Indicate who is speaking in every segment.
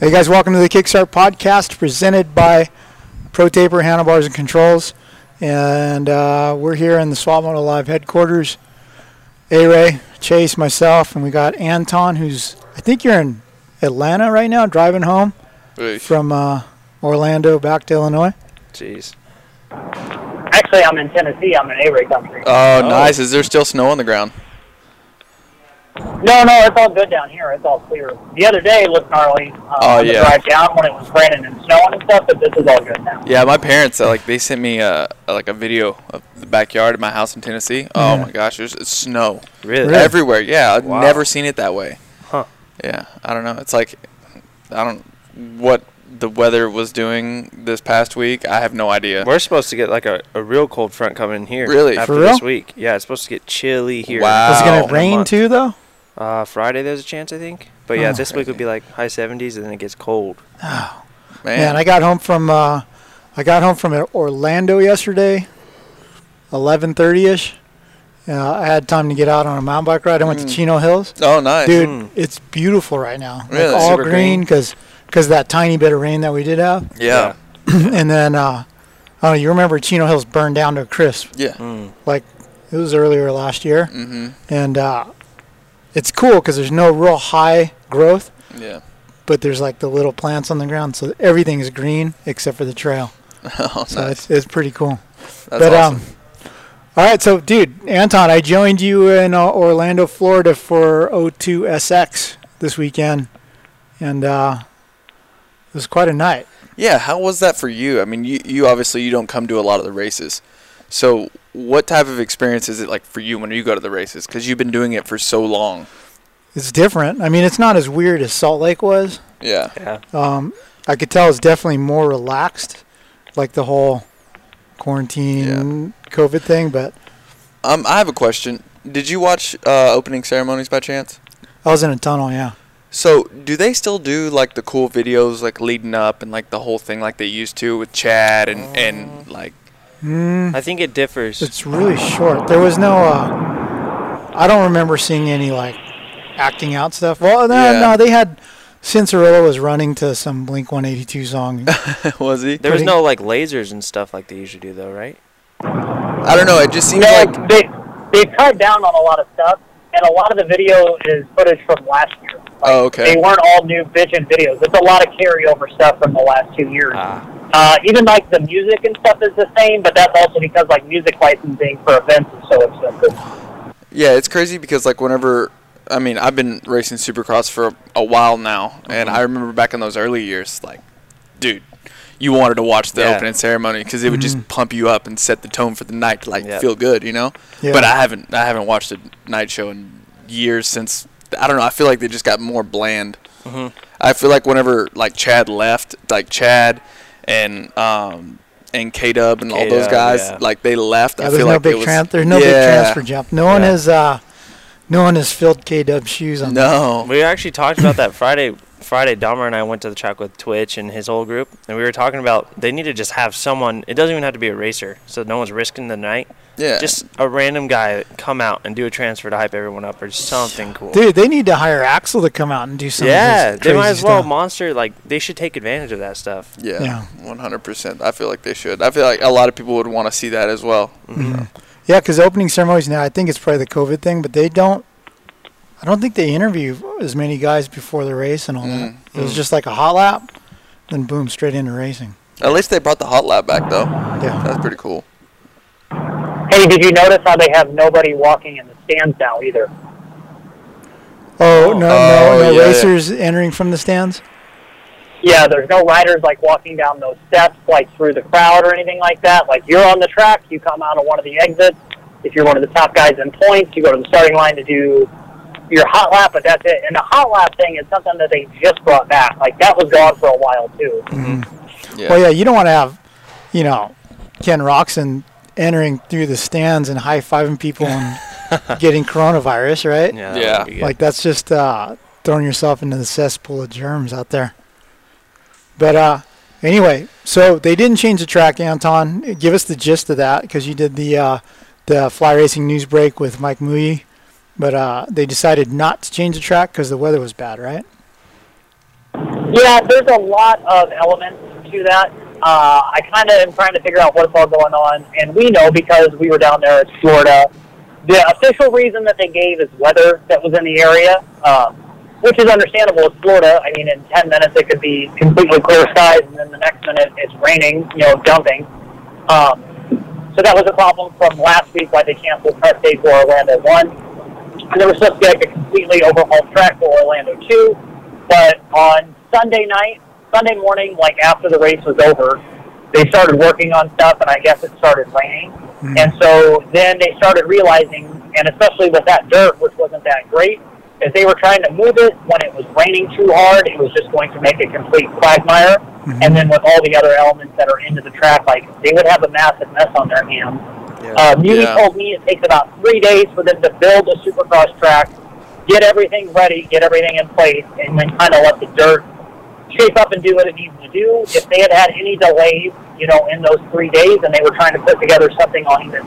Speaker 1: Hey guys, welcome to the Kickstart podcast presented by ProTaper Handlebars and Controls. And uh, we're here in the Swap Moto Live headquarters. A Ray, Chase, myself, and we got Anton, who's, I think you're in Atlanta right now, driving home
Speaker 2: Oof.
Speaker 1: from uh, Orlando back to Illinois.
Speaker 2: Jeez.
Speaker 3: Actually, I'm in Tennessee. I'm in Avery country.
Speaker 2: Oh, nice. Is there still snow on the ground?
Speaker 3: no, no, it's all good down here. It's all clear. The other day it looked gnarly. Uh,
Speaker 2: Oh,
Speaker 3: on the
Speaker 2: yeah.
Speaker 3: drive down when it was raining and snowing and stuff, but this is all good now.
Speaker 2: Yeah, my parents uh, like they sent me uh, like a video of the backyard of my house in Tennessee. Oh
Speaker 1: Yeah.
Speaker 2: my gosh, there's it's snow
Speaker 4: Really?
Speaker 1: Really?
Speaker 2: everywhere. Yeah, I've
Speaker 4: Wow.
Speaker 2: never seen it that way.
Speaker 4: Huh.
Speaker 2: Yeah, I don't know. It's like I don't what the weather was doing this past week. I have no idea.
Speaker 4: We're supposed to get like a, a real cold front coming here.
Speaker 2: Really?
Speaker 4: After
Speaker 1: For
Speaker 4: this
Speaker 1: real?
Speaker 4: week. Yeah, it's supposed to get chilly here.
Speaker 2: Wow.
Speaker 1: Is it
Speaker 4: Oh,
Speaker 1: going
Speaker 2: Ow.
Speaker 1: to rain too, though?
Speaker 4: Uh, Friday there's a chance I think. But yeah,
Speaker 1: Oh.
Speaker 4: this week would be like high 70s and then it gets cold.
Speaker 1: Man, I got home from uh, I got home from Orlando yesterday, eleven thirty ish. I had time to get out on a mountain bike ride. I went to Chino Hills,
Speaker 2: oh nice,
Speaker 1: dude.
Speaker 4: Mm.
Speaker 1: It's beautiful right now. Like,
Speaker 2: Really?
Speaker 1: all
Speaker 2: Super
Speaker 1: green
Speaker 2: green.
Speaker 1: because that tiny bit of rain that we did have.
Speaker 2: Yeah, Mm-hmm.
Speaker 1: and then uh, I don't know. You remember Chino Hills burned down to a crisp?
Speaker 2: yeah.
Speaker 1: Like it was earlier last year,
Speaker 2: Mm-hmm.
Speaker 1: and uh, it's cool because there's no real high growth,
Speaker 2: Yeah.
Speaker 1: but there's like the little plants on the ground, so everything is green except for the trail.
Speaker 2: Oh,
Speaker 1: So
Speaker 2: nice.
Speaker 1: it's, it's pretty cool.
Speaker 2: That's awesome.
Speaker 1: um, all right, so dude, Anton, I joined you in uh, Orlando, Florida for O2SX this weekend, and uh, it was quite a night.
Speaker 2: Yeah, how was that for you? I mean, you, you obviously you don't come to a lot of the races. So, what type of experience is it like for you when you go to the races cuz you've been doing it for so long?
Speaker 1: It's different. I mean, it's not as weird as Salt Lake was.
Speaker 2: Yeah.
Speaker 4: Yeah.
Speaker 1: Um, I could tell it's definitely more relaxed, like the whole quarantine COVID thing. But
Speaker 2: Um I have a question. Did you watch uh, opening ceremonies by chance?
Speaker 1: I was in a tunnel, yeah.
Speaker 2: So, do they still do like the cool videos like leading up and like the whole thing like they used to with Chad and and like
Speaker 1: Mm,
Speaker 4: I think it differs.
Speaker 1: it's really short. There was no. Uh, I don't remember seeing any like acting out stuff. Well, no,
Speaker 2: Yeah.
Speaker 1: no, they had. Cinderella was running to some Blink 182 song.
Speaker 2: was he?
Speaker 4: there was
Speaker 1: pretty-
Speaker 4: no like lasers and stuff like they usually do though, right?
Speaker 2: I don't know, it just seems
Speaker 3: Yeah,
Speaker 2: like
Speaker 3: they they've cut down on a lot of stuff, and a lot of the video is footage from last year. Like,
Speaker 2: Oh, okay.
Speaker 3: They weren't all new bitchin' videos. It's a lot of carryover stuff from the last two years.
Speaker 4: Ah.
Speaker 3: Uh, even like the music and stuff is the same, but that's also because like music licensing for events is so expensive.
Speaker 2: Yeah, it's crazy because like whenever I mean, I've been racing Supercross for a while now,
Speaker 1: Mm-hmm.
Speaker 2: and I remember back in those early years, like, dude, you wanted to watch the
Speaker 4: Yeah.
Speaker 2: opening ceremony because it would
Speaker 1: Mm-hmm.
Speaker 2: just pump you up and set the tone for the night to like
Speaker 4: Yep.
Speaker 2: feel good, you know.
Speaker 1: Yeah.
Speaker 2: But I haven't, I haven't watched a night show in years since. I don't know. I feel like they just got more bland.
Speaker 1: Mm-hmm.
Speaker 2: I feel like whenever like Chad left, like Chad and um and K Dub and all those
Speaker 4: K-Dub,
Speaker 2: guys,
Speaker 4: yeah.
Speaker 2: like they left.
Speaker 1: Yeah,
Speaker 2: I
Speaker 1: there's
Speaker 2: feel
Speaker 1: no
Speaker 2: like it
Speaker 1: big
Speaker 2: was-
Speaker 1: trans. There's no big
Speaker 2: Yeah.
Speaker 1: transfer jump. No one
Speaker 4: Yeah.
Speaker 1: has. Uh, no one has filled K Dub's shoes
Speaker 2: Um,
Speaker 1: on.
Speaker 2: No.
Speaker 4: We actually talked about that Friday. Friday, Dahmer and I went to the track with Twitch and his whole group, and we were talking about they need to just have someone. It doesn't even have to be a racer, so no one's risking the night.
Speaker 2: Yeah.
Speaker 4: Just a random guy come out and do a transfer to hype everyone up, or something cool.
Speaker 1: Dude, they need to hire Axel to come out and do some.
Speaker 4: yeah,
Speaker 1: of this
Speaker 4: they might
Speaker 1: crazy
Speaker 4: as well
Speaker 1: stuff.
Speaker 4: monster. Like they should take advantage of that stuff.
Speaker 2: Yeah,
Speaker 1: Yeah.
Speaker 2: one hundred percent. I feel like they should. I feel like a lot of people would want to see that as well.
Speaker 1: Yeah, because opening ceremonies now, I think it's probably the COVID thing, but they don't. I don't think they interview as many guys before the race and all
Speaker 2: Mm,
Speaker 1: that. It was just like a hot lap, then boom, straight into racing.
Speaker 2: At least they brought the hot lap back though.
Speaker 1: Yeah,
Speaker 2: That's pretty cool.
Speaker 3: Hey, did you notice how they have nobody walking in the stands now either?
Speaker 1: Oh no,
Speaker 2: Oh,
Speaker 1: no, no
Speaker 2: yeah, yeah.
Speaker 1: racers entering from the stands.
Speaker 3: Yeah, there's no riders like walking down those steps, like through the crowd or anything like that. Like you're on the track, you come out of one of the exits. If you're one of the top guys in points, you go to the starting line to do your hot lap, but that's it. And the hot lap thing is something that they just brought back. Like that was gone for a while too.
Speaker 2: Yeah.
Speaker 1: Well, yeah, you don't want to have, you know, Ken Roxon entering through the stands and high fiving people and getting coronavirus, right?
Speaker 4: Yeah.
Speaker 2: Yeah.
Speaker 4: That would be good.
Speaker 1: Like that's just uh, throwing yourself into the cesspool of germs out there. But uh, anyway, so they didn't change the track, Anton. Give us the gist of that because you did the uh, the fly racing news break with Mike Muyi. But uh, they decided not to change the track because the weather was bad, right?
Speaker 3: Yeah, there's a lot of elements to that. Uh, I kind of am trying to figure out what's all going on, and we know because we were down there in Florida. The official reason that they gave is weather that was in the area, uh, which is understandable. It's Florida. I mean, in 10 minutes it could be completely clear skies, and then the next minute it's raining, you know, dumping. Um, so that was a problem from last week why they canceled press day for Orlando 1 there was supposed to be like a completely overhauled track for Orlando 2. But on Sunday night, Sunday morning, like after the race was over, they started working on stuff, and I guess it started raining. And so then they started realizing, and especially with that dirt, which wasn't that great, as they were trying to move it when it was raining too hard, it was just going to make a complete quagmire. And then with all the other elements that are into the track, like they would have a massive mess on their hands. Uh, Muni
Speaker 2: Yeah.
Speaker 3: told me it takes about three days for them to build a supercross track, get everything ready, get everything in place, and then kind of let the dirt shape up and do what it needs to do. If they had had any delays, you know, in those three days, and they were trying to put together something on even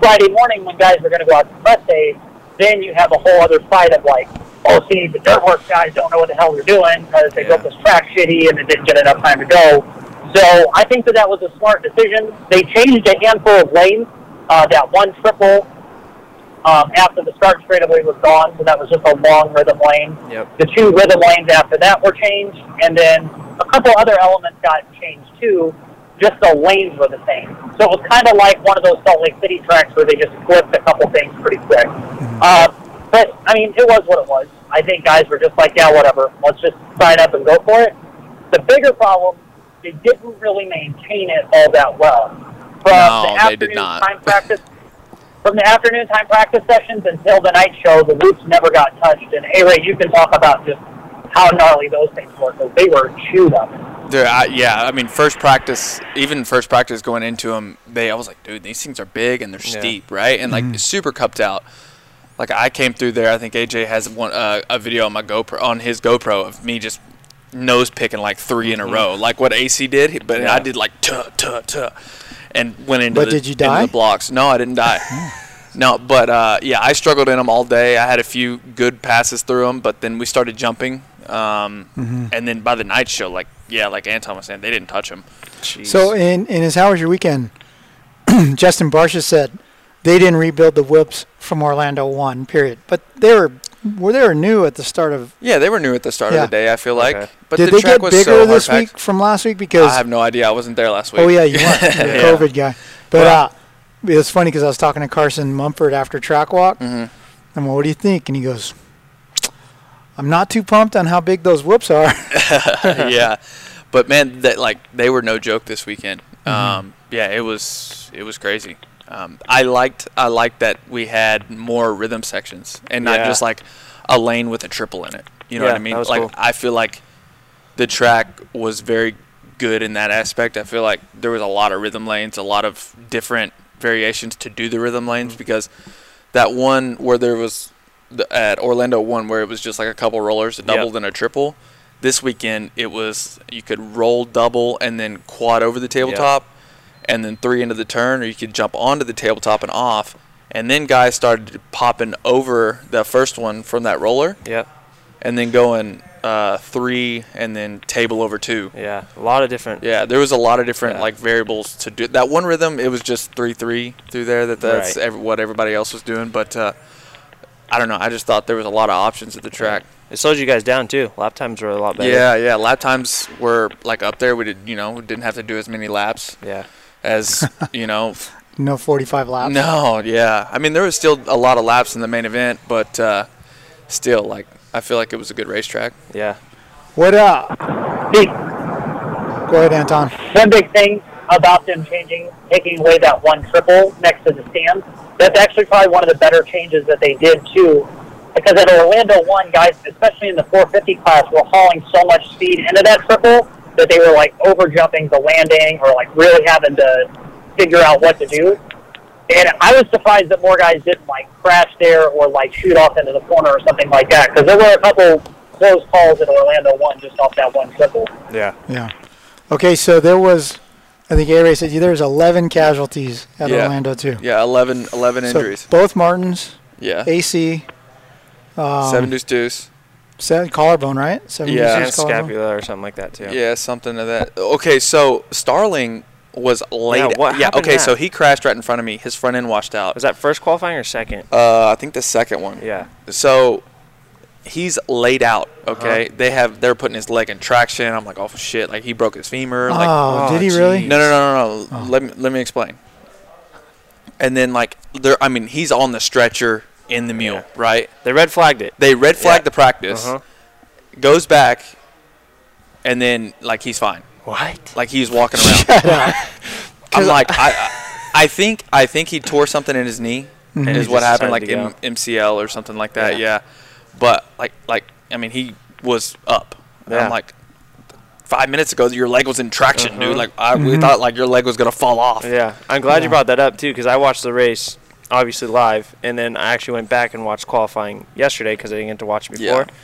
Speaker 3: Friday morning when guys were going to go out to press day, then you have a whole other side of like, oh, see, the dirt works guys don't know what the hell they're doing because they
Speaker 2: Yeah.
Speaker 3: built this track shitty and they didn't get enough time to go. So I think that that was a smart decision. They changed a handful of lanes. Uh, that one triple um, after the start straightaway was gone, so that was just a long rhythm lane.
Speaker 4: Yep.
Speaker 3: The two rhythm lanes after that were changed, and then a couple other elements got changed too. Just the lanes were the same, so it was kind of like one of those Salt Lake City tracks where they just flipped a couple things pretty quick. Uh, but I mean, it was what it was. I think guys were just like, yeah, whatever. Let's just sign up and go for it. The bigger problem, they didn't really maintain it all that well. From
Speaker 2: No,
Speaker 3: the
Speaker 2: they did
Speaker 3: afternoon
Speaker 2: not.
Speaker 3: Time practice from the afternoon time practice sessions until the night show, the loops never got touched. And A Ray, you can talk about just how gnarly those things were because they were chewed up.
Speaker 2: There, I, yeah, I mean, first practice, even first practice going into them, they, I was like, dude, these things are big and they're
Speaker 4: Yeah.
Speaker 2: steep, right? And like
Speaker 1: Mm-hmm.
Speaker 2: super cupped out. Like I came through there. I think AJ has one uh, a video on my GoPro on his GoPro of me just nose picking like 3 in a row, like what AC did, but I
Speaker 4: Yeah.
Speaker 2: did like tuh tuh tuh, and went into.
Speaker 1: But
Speaker 2: the,
Speaker 1: did you
Speaker 2: into
Speaker 1: die? Hmm.
Speaker 2: the blocks. No, I didn't die. no, but uh, yeah, I struggled in them all day. I had a few good passes through them, but then we started jumping. Um,
Speaker 1: Mm-hmm.
Speaker 2: And then by the night show, like yeah, like Anton was saying, they didn't touch them.
Speaker 4: Jeez.
Speaker 1: So, in, in his How Was Your Weekend? Justin Barsha said they didn't rebuild the whoops from Orlando 1, period. But they were, were they were new at the start of.
Speaker 2: Yeah, they were new at the start
Speaker 1: Yeah.
Speaker 2: of the day. I feel like,
Speaker 4: Okay.
Speaker 2: but
Speaker 1: did
Speaker 2: the
Speaker 1: they
Speaker 2: track
Speaker 1: get
Speaker 2: was
Speaker 1: bigger
Speaker 2: so hard
Speaker 1: this
Speaker 2: packed.
Speaker 1: week from last week? Because
Speaker 2: I have no idea. I wasn't there last week.
Speaker 1: Oh yeah, you weren't. You're a
Speaker 2: Yeah.
Speaker 1: COVID guy. But uh, it was funny because I was talking to Carson Mumford after track walk. Mm-hmm. I'm like, what do you think? And he goes, I'm not too pumped on how big those whoops are.
Speaker 2: yeah, but man, that like they were no joke this weekend.
Speaker 4: Mm-hmm.
Speaker 2: Um, yeah, it was it was crazy. Um, I liked I liked that we had more rhythm sections and not
Speaker 4: Yeah.
Speaker 2: just like a lane with a triple in it. You know
Speaker 4: Yeah,
Speaker 2: what I mean?
Speaker 4: that was
Speaker 2: Like
Speaker 4: cool.
Speaker 2: I feel like the track was very good in that aspect. I feel like there was a lot of rhythm lanes, a lot of different variations to do the rhythm lanes
Speaker 4: Mm-hmm.
Speaker 2: because that one where there was the, at Orlando one where it was just like a couple rollers, a
Speaker 4: Yep.
Speaker 2: double then a triple. This weekend it was you could roll double and then quad over the tabletop, and then three into the turn, or you could jump onto the tabletop and off. And then guys started popping over the first one from that roller,
Speaker 4: Yep.
Speaker 2: and then going uh, three and then table over two.
Speaker 4: Yeah. A lot of different.
Speaker 2: Yeah, there was a lot of different
Speaker 4: Yeah.
Speaker 2: like variables to do. That one rhythm, it was just three three through there. That that's
Speaker 4: Right.
Speaker 2: ev- what everybody else was doing. But uh, I don't know. I just thought there was a lot of options at the track.
Speaker 4: It slows you guys down too. Lap times were a lot better.
Speaker 2: Yeah, yeah. Lap times were like up there. We did, you know, we didn't have to do as many laps
Speaker 4: Yeah.
Speaker 2: as you know.
Speaker 1: no 45 laps.
Speaker 2: no, yeah. I mean, there was still a lot of laps in the main event, but uh, still, like, I feel like it was a good racetrack.
Speaker 4: Yeah.
Speaker 1: What up?
Speaker 3: See,
Speaker 1: Go ahead, Anton.
Speaker 3: one big thing about them changing, taking away that one triple next to the stand, that's actually probably one of the better changes that they did too. because at Orlando one, guys, especially in the 450 class, were hauling so much speed into that triple that they were like over jumping the landing or like really having to figure out what to do. And I was surprised that more guys didn't like crash there or like shoot off into the corner or something like that because there were a couple close calls at Orlando one just off that one triple.
Speaker 4: Yeah.
Speaker 1: Yeah. Okay, so there was, I think A Ray said you- there was 11 casualties at
Speaker 2: Yeah.
Speaker 1: Orlando too.
Speaker 2: Yeah, 11, 11
Speaker 1: So
Speaker 2: injuries.
Speaker 1: both Martins,
Speaker 2: Yeah.
Speaker 1: AC, um,
Speaker 2: Seven deuce deuce.
Speaker 1: se- collarbone, right? Seven
Speaker 2: Yeah.
Speaker 1: deuces,
Speaker 4: And
Speaker 1: collarbone.
Speaker 4: scapula or something like that too.
Speaker 2: Yeah. something to that. Okay, so Starling was late.
Speaker 4: what happened
Speaker 2: okay,
Speaker 4: to
Speaker 2: so
Speaker 4: that?
Speaker 2: he crashed right in front of me. His front end washed out.
Speaker 4: Was that first qualifying or second?
Speaker 2: Uh, I think the second one.
Speaker 4: Yeah.
Speaker 2: So he's laid out.
Speaker 4: Uh-huh.
Speaker 2: Okay, they have they're putting his leg in traction. I'm like, oh shit! Like he broke his femur. Like
Speaker 1: oh,
Speaker 4: oh,
Speaker 1: did he really?
Speaker 4: geez.
Speaker 2: no, no, no, no, no. Let me let me explain. And then like there, I mean, he's on the stretcher in the mule,
Speaker 4: Yeah.
Speaker 2: right?
Speaker 4: They red flagged it.
Speaker 2: They red flag
Speaker 4: Yeah.
Speaker 2: the practice,
Speaker 4: Uh-huh.
Speaker 2: goes back, and then like he's fine.
Speaker 4: What?
Speaker 2: Like he's walking around. I'm like, I, I- I think, I think he tore something in his knee.
Speaker 4: And
Speaker 2: Is
Speaker 4: Mm-hmm. he
Speaker 2: what
Speaker 4: just
Speaker 2: happened, like
Speaker 4: decided
Speaker 2: M-
Speaker 4: to
Speaker 2: MCL or something like that. Yeah.
Speaker 4: Yeah.
Speaker 2: But like, like I mean, he was up. And
Speaker 4: Yeah.
Speaker 2: I'm like, five minutes ago, your leg was in traction, dude.
Speaker 4: Uh-huh.
Speaker 2: Like I, we thought like your leg was gonna fall off.
Speaker 4: Yeah, I'm glad you brought that up too, because I watched the race obviously live, and then I actually went back and watched qualifying yesterday because I didn't get to watch it
Speaker 2: Yeah.
Speaker 4: before.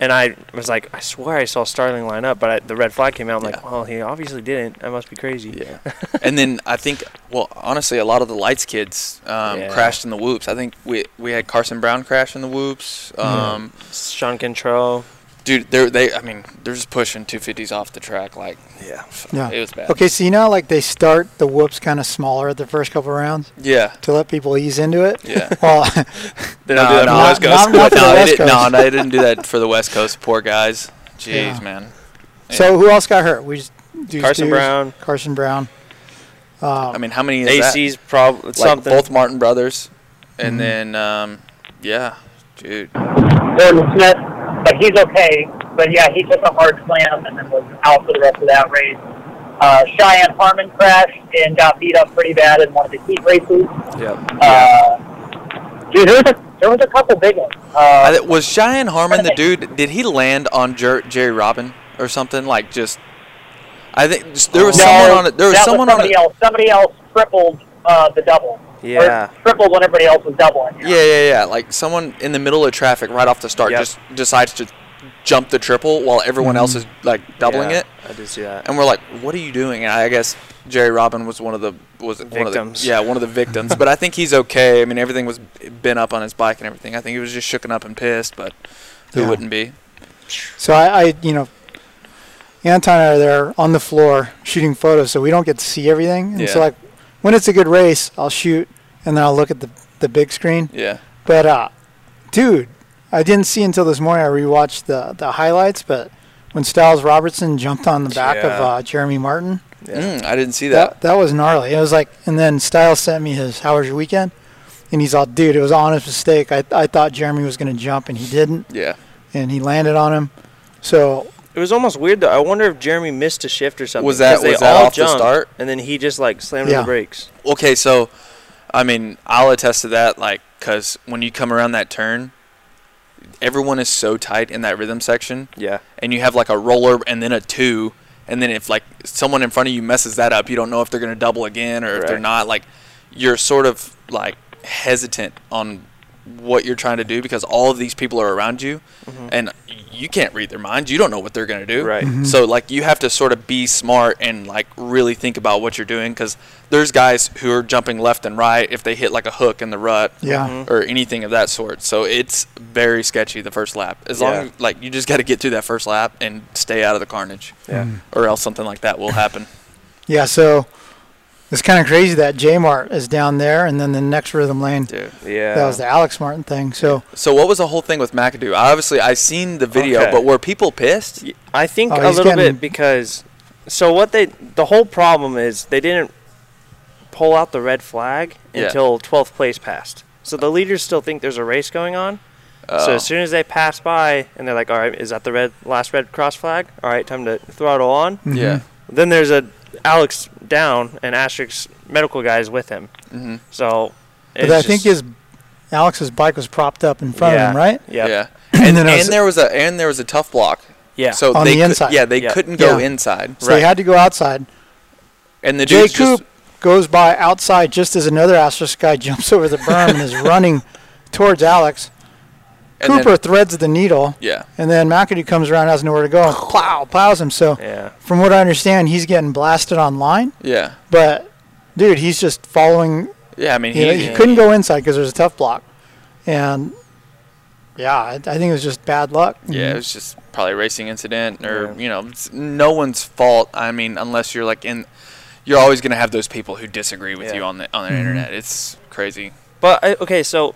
Speaker 4: And I was like, I swear I saw Starling line up, but I, the red flag came out. I'm like,
Speaker 2: Yeah.
Speaker 4: well, he obviously didn't. I must be crazy.
Speaker 2: Yeah. and then I think, well, honestly, a lot of the lights kids um,
Speaker 4: Yeah.
Speaker 2: crashed in the whoops. I think we we had Carson Brown crash in the whoops. Um,
Speaker 4: Sean Control.
Speaker 2: Dude, they're they. I mean, they're just pushing 250s off the track. Like, yeah,
Speaker 1: Yeah.
Speaker 2: it was bad.
Speaker 1: Okay, so you know, how, like they start the whoops kind of smaller at the first couple rounds
Speaker 2: Yeah.
Speaker 1: to let people ease into it.
Speaker 2: Yeah.
Speaker 1: Well,
Speaker 2: They
Speaker 4: don't do that for the
Speaker 1: West Coast. not- not for the
Speaker 2: no, they
Speaker 1: West
Speaker 2: didn't,
Speaker 1: Coast.
Speaker 2: no, they didn't do that for the West Coast. Poor guys. Jeez,
Speaker 1: Yeah.
Speaker 2: man.
Speaker 1: so who else got hurt? We just dudes,
Speaker 4: Carson
Speaker 1: dudes,
Speaker 4: Brown.
Speaker 1: Carson Brown. Um,
Speaker 2: I mean, how many is that?
Speaker 4: AC's probably
Speaker 2: Like,
Speaker 4: something.
Speaker 2: both Martin brothers, and
Speaker 1: Mm-hmm.
Speaker 2: then um, yeah, dude.
Speaker 3: Uh, Gordon Smith, but he's okay. But yeah, he took a hard slam and then was out for the rest of that race. Uh, Cheyenne Harmon crashed and got beat up pretty bad in one of the heat races.
Speaker 2: Yeah.
Speaker 3: Uh, dude, there was a there was a couple big ones. Uh,
Speaker 2: was Cheyenne Harmon the dude? Did he land on Jer- Jerry Robin or something? Like just, I think just- there was
Speaker 3: no,
Speaker 2: someone on it. There was
Speaker 3: that
Speaker 2: someone
Speaker 3: was
Speaker 2: on
Speaker 3: somebody
Speaker 2: it.
Speaker 3: else. Somebody else tripled uh, the double.
Speaker 4: Yeah.
Speaker 3: Or tripled when everybody else was doubling.
Speaker 2: Yeah, yeah, yeah. Like someone in the middle of traffic right off the start
Speaker 4: Yep.
Speaker 2: just decides to jump the triple while everyone else is like doubling
Speaker 4: Mm-hmm. Yeah,
Speaker 2: it. Oh,
Speaker 4: I did see that.
Speaker 2: and we're like, "What are you doing?" And I guess Jerry Robin was one of the was one of the
Speaker 4: Victims.
Speaker 2: yeah one of the victims. but I think he's okay. I mean, everything was bent up on his bike and everything. I think he was just shooken up and pissed, but who
Speaker 1: Yeah.
Speaker 2: wouldn't be?
Speaker 1: So I, I, you know, Anton and I are there on the floor shooting photos, so we don't get to see everything. And so
Speaker 2: Yeah.
Speaker 1: like, when it's a good race, I'll shoot and then I'll look at the the big screen.
Speaker 2: Yeah,
Speaker 1: But uh, dude, I didn't see until this morning. I rewatched the the highlights, but when Styles Robertson jumped on the back of
Speaker 4: Yeah.
Speaker 1: uh, Jeremy Martin,
Speaker 2: Mm, I didn't see that.
Speaker 1: that that was gnarly. It was like, and then Styles sent me his "How was your weekend?" And he's all, "Dude, it was an honest mistake. I I thought Jeremy was gonna jump, and he didn't,
Speaker 2: Yeah,
Speaker 1: and he landed on him." So
Speaker 4: It was almost weird though. I wonder if Jeremy missed a shift or something.
Speaker 2: Was that-
Speaker 4: 'cause they
Speaker 2: was that
Speaker 4: all
Speaker 2: off the
Speaker 4: jumped,
Speaker 2: start?
Speaker 4: And then he just like slammed on
Speaker 1: Yeah.
Speaker 4: the brakes.
Speaker 2: okay, so I mean, I'll attest to that. Like, cause when you come around that turn, everyone is so tight in that rhythm section.
Speaker 4: Yeah.
Speaker 2: and you have like a roller and then a two, and then if like someone in front of you messes that up, you don't know if they're gonna double again or if they're
Speaker 4: Right.
Speaker 2: not. Like, you're sort of like hesitant on what you're trying to do because all of these people are around you and you can't read their minds you don't know what they're going to do
Speaker 4: Mm-hmm. Right. Mhm.
Speaker 2: so like you have to sort of be smart and like really think about what you're doing because there's guys who are jumping left and right if they hit like a hook in the rut
Speaker 1: Yeah.
Speaker 4: Mm-hmm.
Speaker 1: Mhm.
Speaker 2: or anything of that sort so it's very sketchy the first lap as long
Speaker 4: Yeah.
Speaker 2: as like you just got to get through that first lap and stay out of the carnage
Speaker 4: Yeah.
Speaker 1: Mm.
Speaker 2: or else something like that will happen
Speaker 1: Yeah, so it's kind of crazy that J Mart is down there, and then the next rhythm lane.
Speaker 2: dude
Speaker 4: Yeah.
Speaker 1: That was the Alex Martin thing. So
Speaker 2: so what was the whole thing with mcadoo I obviously i seen the video
Speaker 4: Okay.
Speaker 2: but were people pissed
Speaker 4: I think
Speaker 1: Oh,
Speaker 4: a
Speaker 1: he's
Speaker 4: little
Speaker 1: getting-
Speaker 4: bit because so what they the whole problem is they didn't pull out the red flag
Speaker 2: Yeah.
Speaker 4: until 12th place passed. So the leaders still think there's a race going on. So
Speaker 2: Oh.
Speaker 4: as soon as they pass by and they're like, "All right, is that the red last red cross flag? All right, time to throttle on."
Speaker 1: Hmm.
Speaker 2: yeah
Speaker 4: Then there's a Alex
Speaker 2: Mm-hmm.
Speaker 4: down and Asterix medical guys with him. So
Speaker 1: but
Speaker 4: it's
Speaker 1: I think his
Speaker 4: just-
Speaker 1: Alex's bike was propped up in front of
Speaker 4: yeah.
Speaker 1: him, right?
Speaker 4: Yep.
Speaker 2: Yeah.
Speaker 1: And
Speaker 2: And,
Speaker 1: then
Speaker 2: and
Speaker 1: I was-
Speaker 2: there was a and there was a tough block.
Speaker 4: Yeah.
Speaker 2: So
Speaker 1: On
Speaker 2: they
Speaker 1: the
Speaker 2: could-
Speaker 1: inside.
Speaker 2: yeah, they
Speaker 4: Yeah.
Speaker 2: couldn't go
Speaker 1: Yeah.
Speaker 2: inside.
Speaker 1: So he had to go outside.
Speaker 2: and the
Speaker 1: Jay
Speaker 2: dudes
Speaker 1: Coop
Speaker 2: just
Speaker 1: goes by outside just as another asterisk guy jumps over the berm and is running towards Alex.
Speaker 2: and then-
Speaker 1: Cooper threads the needle,
Speaker 2: yeah. Oh.
Speaker 1: and then McAdoo comes around, has nowhere to go, and plow, plows him. So,
Speaker 4: Yeah.
Speaker 1: from what I understand, he's getting blasted online.
Speaker 2: Yeah.
Speaker 1: But, dude, he's just following.
Speaker 2: Yeah, I mean
Speaker 1: You
Speaker 2: he,
Speaker 1: know, he couldn't go inside because there's a tough block. And, yeah, I, I think it was just bad luck.
Speaker 2: Yeah, it was just probably a racing incident or you know, it's no one's fault. I mean, unless you're like in you're always going to have those people who disagree with
Speaker 4: Yeah.
Speaker 2: you on the on the
Speaker 1: Mm-hmm.
Speaker 2: internet. It's crazy.
Speaker 4: But I- okay, so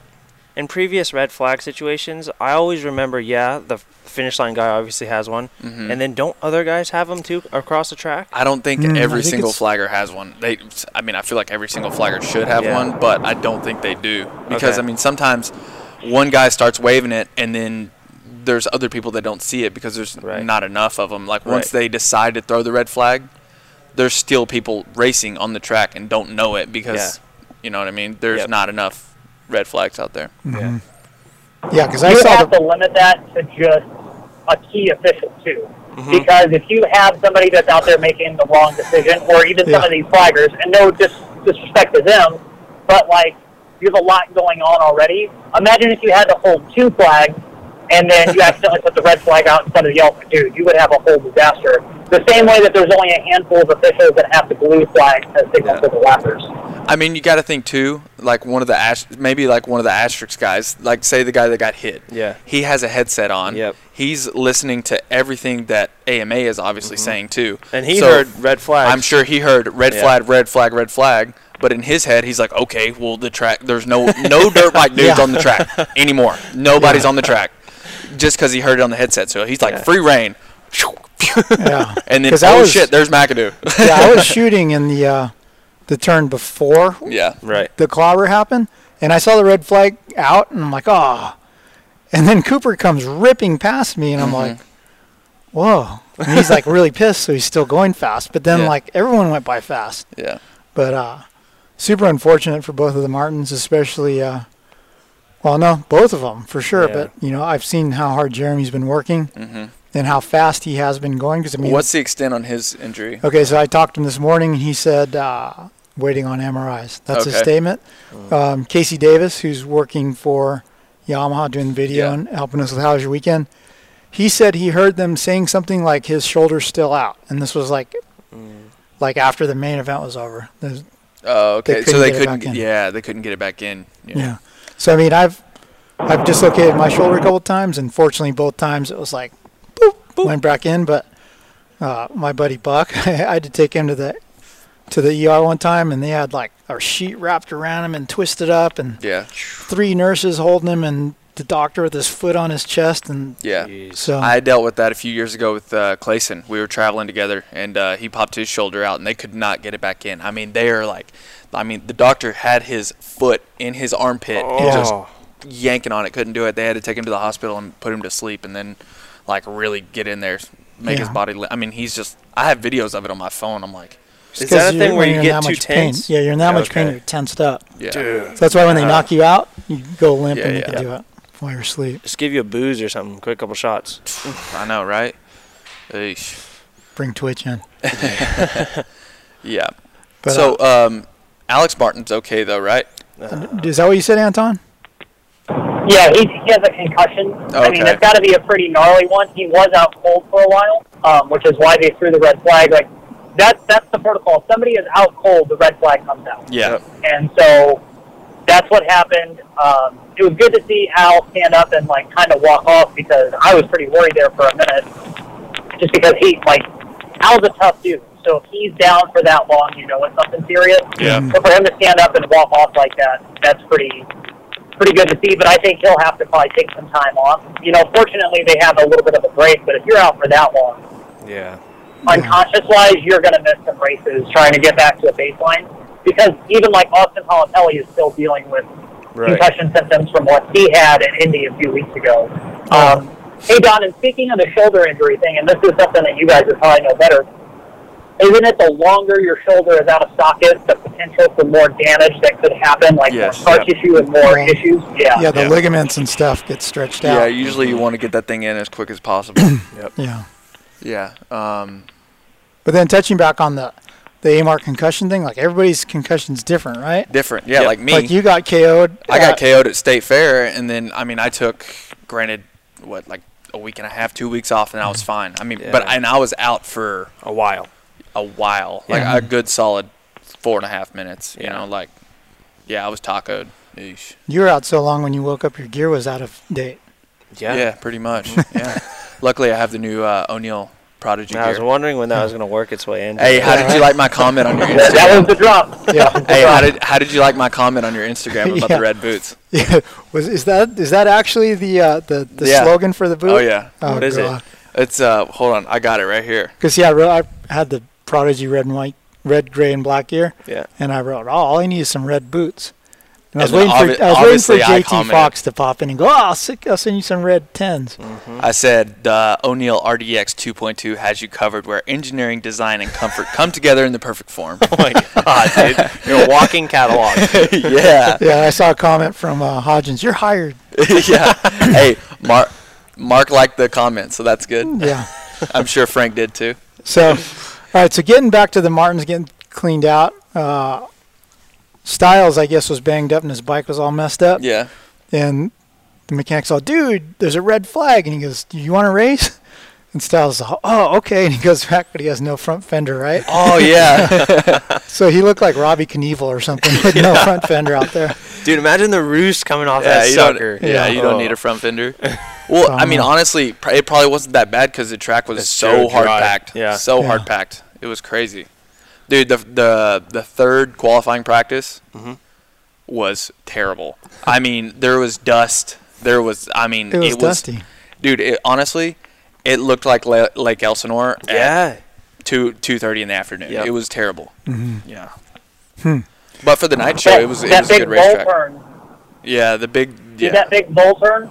Speaker 4: in previous red flag situations, I always remember, yeah, the finish line guy obviously has one,
Speaker 2: Mm-hmm.
Speaker 4: and then don't other guys have them too across the track?
Speaker 2: I don't think
Speaker 1: Mm, I
Speaker 2: every
Speaker 1: think
Speaker 2: single
Speaker 1: it's-
Speaker 2: flagger has one. They, I mean, I feel like every single flagger should have
Speaker 4: Yeah.
Speaker 2: one, but I don't think they do because I
Speaker 4: Okay.
Speaker 2: mean, sometimes one guy starts waving it, and then there's other people that don't see it because there's
Speaker 4: Right.
Speaker 2: not enough of them. Like once
Speaker 4: Right.
Speaker 2: they decide to throw the red flag, there's still people racing on the track and don't know it because you know what I mean. There's
Speaker 4: Yep.
Speaker 2: not enough red flags out there.
Speaker 1: Mm-hmm.
Speaker 4: Yeah.
Speaker 1: Yeah, because I
Speaker 3: you
Speaker 1: saw
Speaker 3: have
Speaker 1: the.
Speaker 3: to limit that to just a key official too.
Speaker 1: Mm-hmm.
Speaker 3: Because if you have somebody that's out there making the wrong decision, or even some
Speaker 1: Yeah.
Speaker 3: of these flaggers, and no dis- disrespect to them, but like there's a lot going on already. Imagine if you had to hold two flags, and then you accidentally put the red flag out instead of the yellow. Dude, you would have a whole disaster. The same way that there's only a handful of officials that have the blue flag as signal for the lappers.
Speaker 2: I mean, you got to think too. Like one of the ash- maybe like one of the asterisk guys, like say the guy that got hit.
Speaker 4: Yeah.
Speaker 2: He has a headset on.
Speaker 4: Yep.
Speaker 2: He's listening to everything that AMA is obviously saying too.
Speaker 4: Mm-hmm. And he
Speaker 2: So,
Speaker 4: heard red flags.
Speaker 2: I'm sure he heard red
Speaker 4: Yeah.
Speaker 2: flag, red flag, red flag. But in his head, he's like, okay, well the track, there's no no dirt bike dudes
Speaker 1: Yeah.
Speaker 2: on the track anymore. Nobody's on the track, just because he heard it on the headset. So he's like, free reign.
Speaker 1: Yeah.
Speaker 2: And then
Speaker 1: 'Cause I
Speaker 2: oh
Speaker 1: was-
Speaker 2: shit, there's McAdoo.
Speaker 1: yeah, I was shooting in the uh, the turn before
Speaker 2: yeah.
Speaker 4: Right.
Speaker 1: the clobber happened, and I saw the red flag out, and I'm like, ah. And then Cooper comes ripping past me, and I'm like, whoa. And he's like really pissed, so he's still going fast. But then
Speaker 2: Yeah.
Speaker 1: like everyone went by fast.
Speaker 2: Yeah.
Speaker 1: But uh, super unfortunate for both of the Martins, especially. Uh, well, no, both of them for sure.
Speaker 4: Yeah.
Speaker 1: But you know, I've seen how hard Jeremy's been working and how fast he has been going. Because I mean,
Speaker 2: Mm-hmm. What's the extent on his injury?
Speaker 1: Okay, so I talked to him this morning, and he said uh, waiting on MRIs. That's his
Speaker 2: Okay. Mm.
Speaker 1: statement. Um, Casey Davis, who's working for Yamaha doing video
Speaker 2: Yeah.
Speaker 1: and helping us with how's your weekend, he said he heard them saying something like his shoulder's still out, and this was like,
Speaker 2: Mm.
Speaker 1: like after the main event was over. There's-
Speaker 2: Oh,
Speaker 1: They
Speaker 2: okay.
Speaker 1: couldn't
Speaker 2: so they
Speaker 1: get it
Speaker 2: couldn't.
Speaker 1: back in.
Speaker 2: Yeah, they couldn't get it back in. Yeah.
Speaker 1: yeah. So I mean, I've I've dislocated my shoulder a couple times, and fortunately, both times it was like, boop, went back in. But uh, my buddy Buck, I had to take him to the to the ER one time, and they had like a sheet wrapped around him and twisted up, and
Speaker 2: Yeah.
Speaker 1: three nurses holding him, and the doctor with his foot on his chest, and
Speaker 2: Yeah.
Speaker 1: so
Speaker 2: I dealt with that a few years ago with uh, Clayson. We were traveling together, and uh, he popped his shoulder out, and they could not get it back in. I mean, they are like, I mean, the doctor had his foot in his armpit and just
Speaker 4: Oh.
Speaker 2: yanking on it, couldn't do it. They had to take him to the hospital and put him to sleep, and then like really get in there, make his
Speaker 1: Yeah.
Speaker 2: body. Li- I mean, he's just. I have videos of it on my phone. I'm like,
Speaker 4: Is
Speaker 1: 'cause
Speaker 4: that a
Speaker 1: you're-
Speaker 4: thing where
Speaker 1: when
Speaker 4: you
Speaker 1: you're in
Speaker 4: get
Speaker 1: that
Speaker 4: too
Speaker 1: much pain-
Speaker 4: tense?
Speaker 1: Yeah, you're in that much pain,
Speaker 4: Okay. Uh,
Speaker 1: you're tensed up.
Speaker 2: yeah,
Speaker 4: Dude.
Speaker 1: So that's why when they knock you out, you go limp
Speaker 2: Yeah,
Speaker 1: and they
Speaker 2: yeah.
Speaker 1: can do it while you're asleep.
Speaker 4: Just give you a booze or something, quick couple shots.
Speaker 2: I know, right? Eesh.
Speaker 1: Bring Twitch in.
Speaker 2: Yeah.
Speaker 1: But,
Speaker 2: so, um, Alex Martin's okay though, right?
Speaker 1: Is that what you said, Anton?
Speaker 3: Yeah, he, he has a concussion. I
Speaker 2: Okay.
Speaker 3: mean, that's got to be a pretty gnarly one. He was out cold for a while, um, which is why they threw the red flag. Like that's that's the protocol. If somebody is out cold, the red flag comes out,
Speaker 2: Yeah.
Speaker 3: and so that's what happened. Um, it was good to see Al stand up and like kind of walk off because I was pretty worried there for a minute, just because he like Al's a tough dude. So if he's down for that long, you know it's something serious.
Speaker 2: Yeah.
Speaker 3: But for him to stand up and walk off like that, that's pretty pretty good to see, but I think he'll have to probably take some time off. You know, fortunately, they have a little bit of a break, but if you're out for that long,
Speaker 4: Yeah.
Speaker 3: unconscious wise, you're going to miss some races trying to get back to a baseline. Because even like Austin Holopelli is still dealing with
Speaker 4: Right.
Speaker 3: concussion symptoms from what he had in Indy a few weeks ago.
Speaker 2: Oh.
Speaker 3: Um, hey, Don, and speaking of the shoulder injury thing, and this is something that you guys would probably know better, isn't it the longer your shoulder is out of socket, the potential for more damage that could happen, like
Speaker 2: Yes,
Speaker 3: more scar
Speaker 2: yeah.
Speaker 3: tissue and more
Speaker 1: Right.
Speaker 3: issues? Yeah.
Speaker 1: Yeah, the
Speaker 4: Yeah.
Speaker 1: ligaments and stuff get stretched
Speaker 2: Yeah,
Speaker 1: out.
Speaker 2: usually you want to get that thing in as quick as possible. yep.
Speaker 1: Yeah.
Speaker 2: Yeah. Um,
Speaker 1: But then touching back on the the AMAR concussion thing, like everybody's concussion's different, right?
Speaker 2: different. Yeah,
Speaker 4: Yep.
Speaker 2: like me.
Speaker 1: Like you got KO'd.
Speaker 2: I
Speaker 1: at-
Speaker 2: got KO'd at State Fair, and then I mean I took granted what like a week and a half, two weeks off, and I was fine. I mean, but
Speaker 4: Yeah.
Speaker 2: and I was out for
Speaker 4: a while.
Speaker 2: a while, like
Speaker 1: Yeah.
Speaker 2: a good solid four and a half minutes. You
Speaker 4: Yeah.
Speaker 2: know, like yeah, I was tacoed. Eesh.
Speaker 1: You were out so long when you woke up, your gear was out of date.
Speaker 4: Yeah.
Speaker 2: Yeah. pretty much. yeah. Luckily, I have the new uh, O'Neill Prodigy
Speaker 4: And I was
Speaker 2: gear.
Speaker 4: wondering when that was gonna work its way in.
Speaker 2: Hey, how did you like my comment on your
Speaker 3: That,
Speaker 2: Instagram?
Speaker 3: that was the drop.
Speaker 1: Yeah.
Speaker 2: Hey, how did how did you like my comment on your Instagram about
Speaker 1: Yeah.
Speaker 2: the red boots?
Speaker 1: yeah. Was is that is that actually the uh, the the
Speaker 2: Yeah.
Speaker 1: slogan for the boot?
Speaker 2: Oh yeah,
Speaker 1: Oh,
Speaker 4: What is it?
Speaker 2: it's uh. Hold on, I got it right here.
Speaker 1: Because yeah, I wrote- I had the Prodigy red and white, red, gray, and black gear,
Speaker 4: Yeah.
Speaker 1: and I wrote, "Oh, all I need is some red boots." And I was
Speaker 2: And
Speaker 1: waiting
Speaker 2: obvi-
Speaker 1: for I was waiting for
Speaker 2: obviously I
Speaker 1: JT
Speaker 2: commented.
Speaker 1: Fox to pop in and go, "Oh, I'll, sick, I'll send you some red 10s
Speaker 4: Hmm?
Speaker 2: I said the O'Neill RDX 2.2 has you covered, where engineering, design, and comfort come together in the perfect form.
Speaker 4: Oh my god, dude. You're a walking catalog.
Speaker 2: yeah,
Speaker 1: Yeah, I saw a comment from uh, Hodgins. You're hired.
Speaker 2: yeah. Hey, Mark, Mark liked the comment, so that's good.
Speaker 1: Yeah.
Speaker 2: I'm sure Frank did too.
Speaker 1: So, all right. So getting back to the Martins getting cleaned out. Uh, Styles, I guess, was banged up and his bike was all messed up.
Speaker 2: Yeah,
Speaker 1: And the mechanic's all, dude, there's a red flag. And he goes, do you want to race? And Styles is all, oh, okay. And he goes back, but he has no front fender, right?
Speaker 2: Oh yeah,
Speaker 1: so he looked like Robbie Knievel or something with no front fender out there.
Speaker 4: Dude, imagine the roost coming off
Speaker 2: yeah.
Speaker 4: that
Speaker 2: You
Speaker 4: sucker.
Speaker 2: don't, yeah, you don't
Speaker 4: Oh.
Speaker 2: need a front fender. Well, I mean,
Speaker 1: Bummer.
Speaker 2: honestly, pr- it probably wasn't that bad because the track was
Speaker 4: It's
Speaker 2: so
Speaker 4: so
Speaker 2: hard
Speaker 4: dry.
Speaker 2: packed.
Speaker 4: Yeah.
Speaker 2: so
Speaker 1: Yeah.
Speaker 2: hard packed. It was crazy, dude. The the the third qualifying practice
Speaker 4: Mm-hmm.
Speaker 2: was terrible. I mean, there was dust. There was. I mean,
Speaker 1: It was dusty.
Speaker 2: dude. It, honestly, it looked like Le- Lake Elsinore. at
Speaker 4: Yeah.
Speaker 2: two two thirty in the afternoon.
Speaker 4: Yep.
Speaker 2: It was terrible.
Speaker 1: Mm-hmm.
Speaker 2: Yeah.
Speaker 1: Hmm.
Speaker 2: But for the night show,
Speaker 3: That,
Speaker 2: it was it
Speaker 3: that
Speaker 2: was a
Speaker 3: big
Speaker 2: good
Speaker 3: bowl
Speaker 2: racetrack.
Speaker 3: turn.
Speaker 2: Yeah, the big
Speaker 3: See
Speaker 2: yeah.
Speaker 3: that big bowl turn,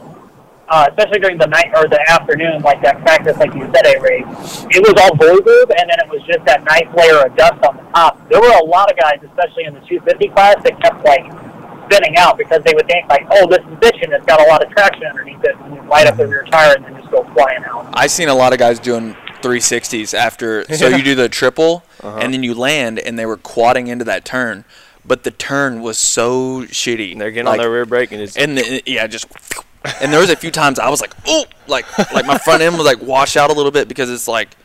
Speaker 3: uh, especially during the night or the afternoon, like that practice, like you said, Avery. It was all bull group, and then it was just that nice layer of dust on the top. There were a lot of guys, especially in the 250 class, that kept like spinning out because they would think like, "Oh, this is bitching. It's got a lot of traction underneath it," and you light up the rear tire and then just go flying out.
Speaker 2: I seen a lot of guys doing 360s after. So you do the triple,
Speaker 4: Uh-huh.
Speaker 2: and then you land, and they were quadding into that turn, but the turn was so shitty.
Speaker 4: They're getting
Speaker 2: like,
Speaker 4: on their rear brake and it's
Speaker 2: and the, yeah, just. And there was a few times I was like, oh, like like my front end was like wash out a little bit because it's like,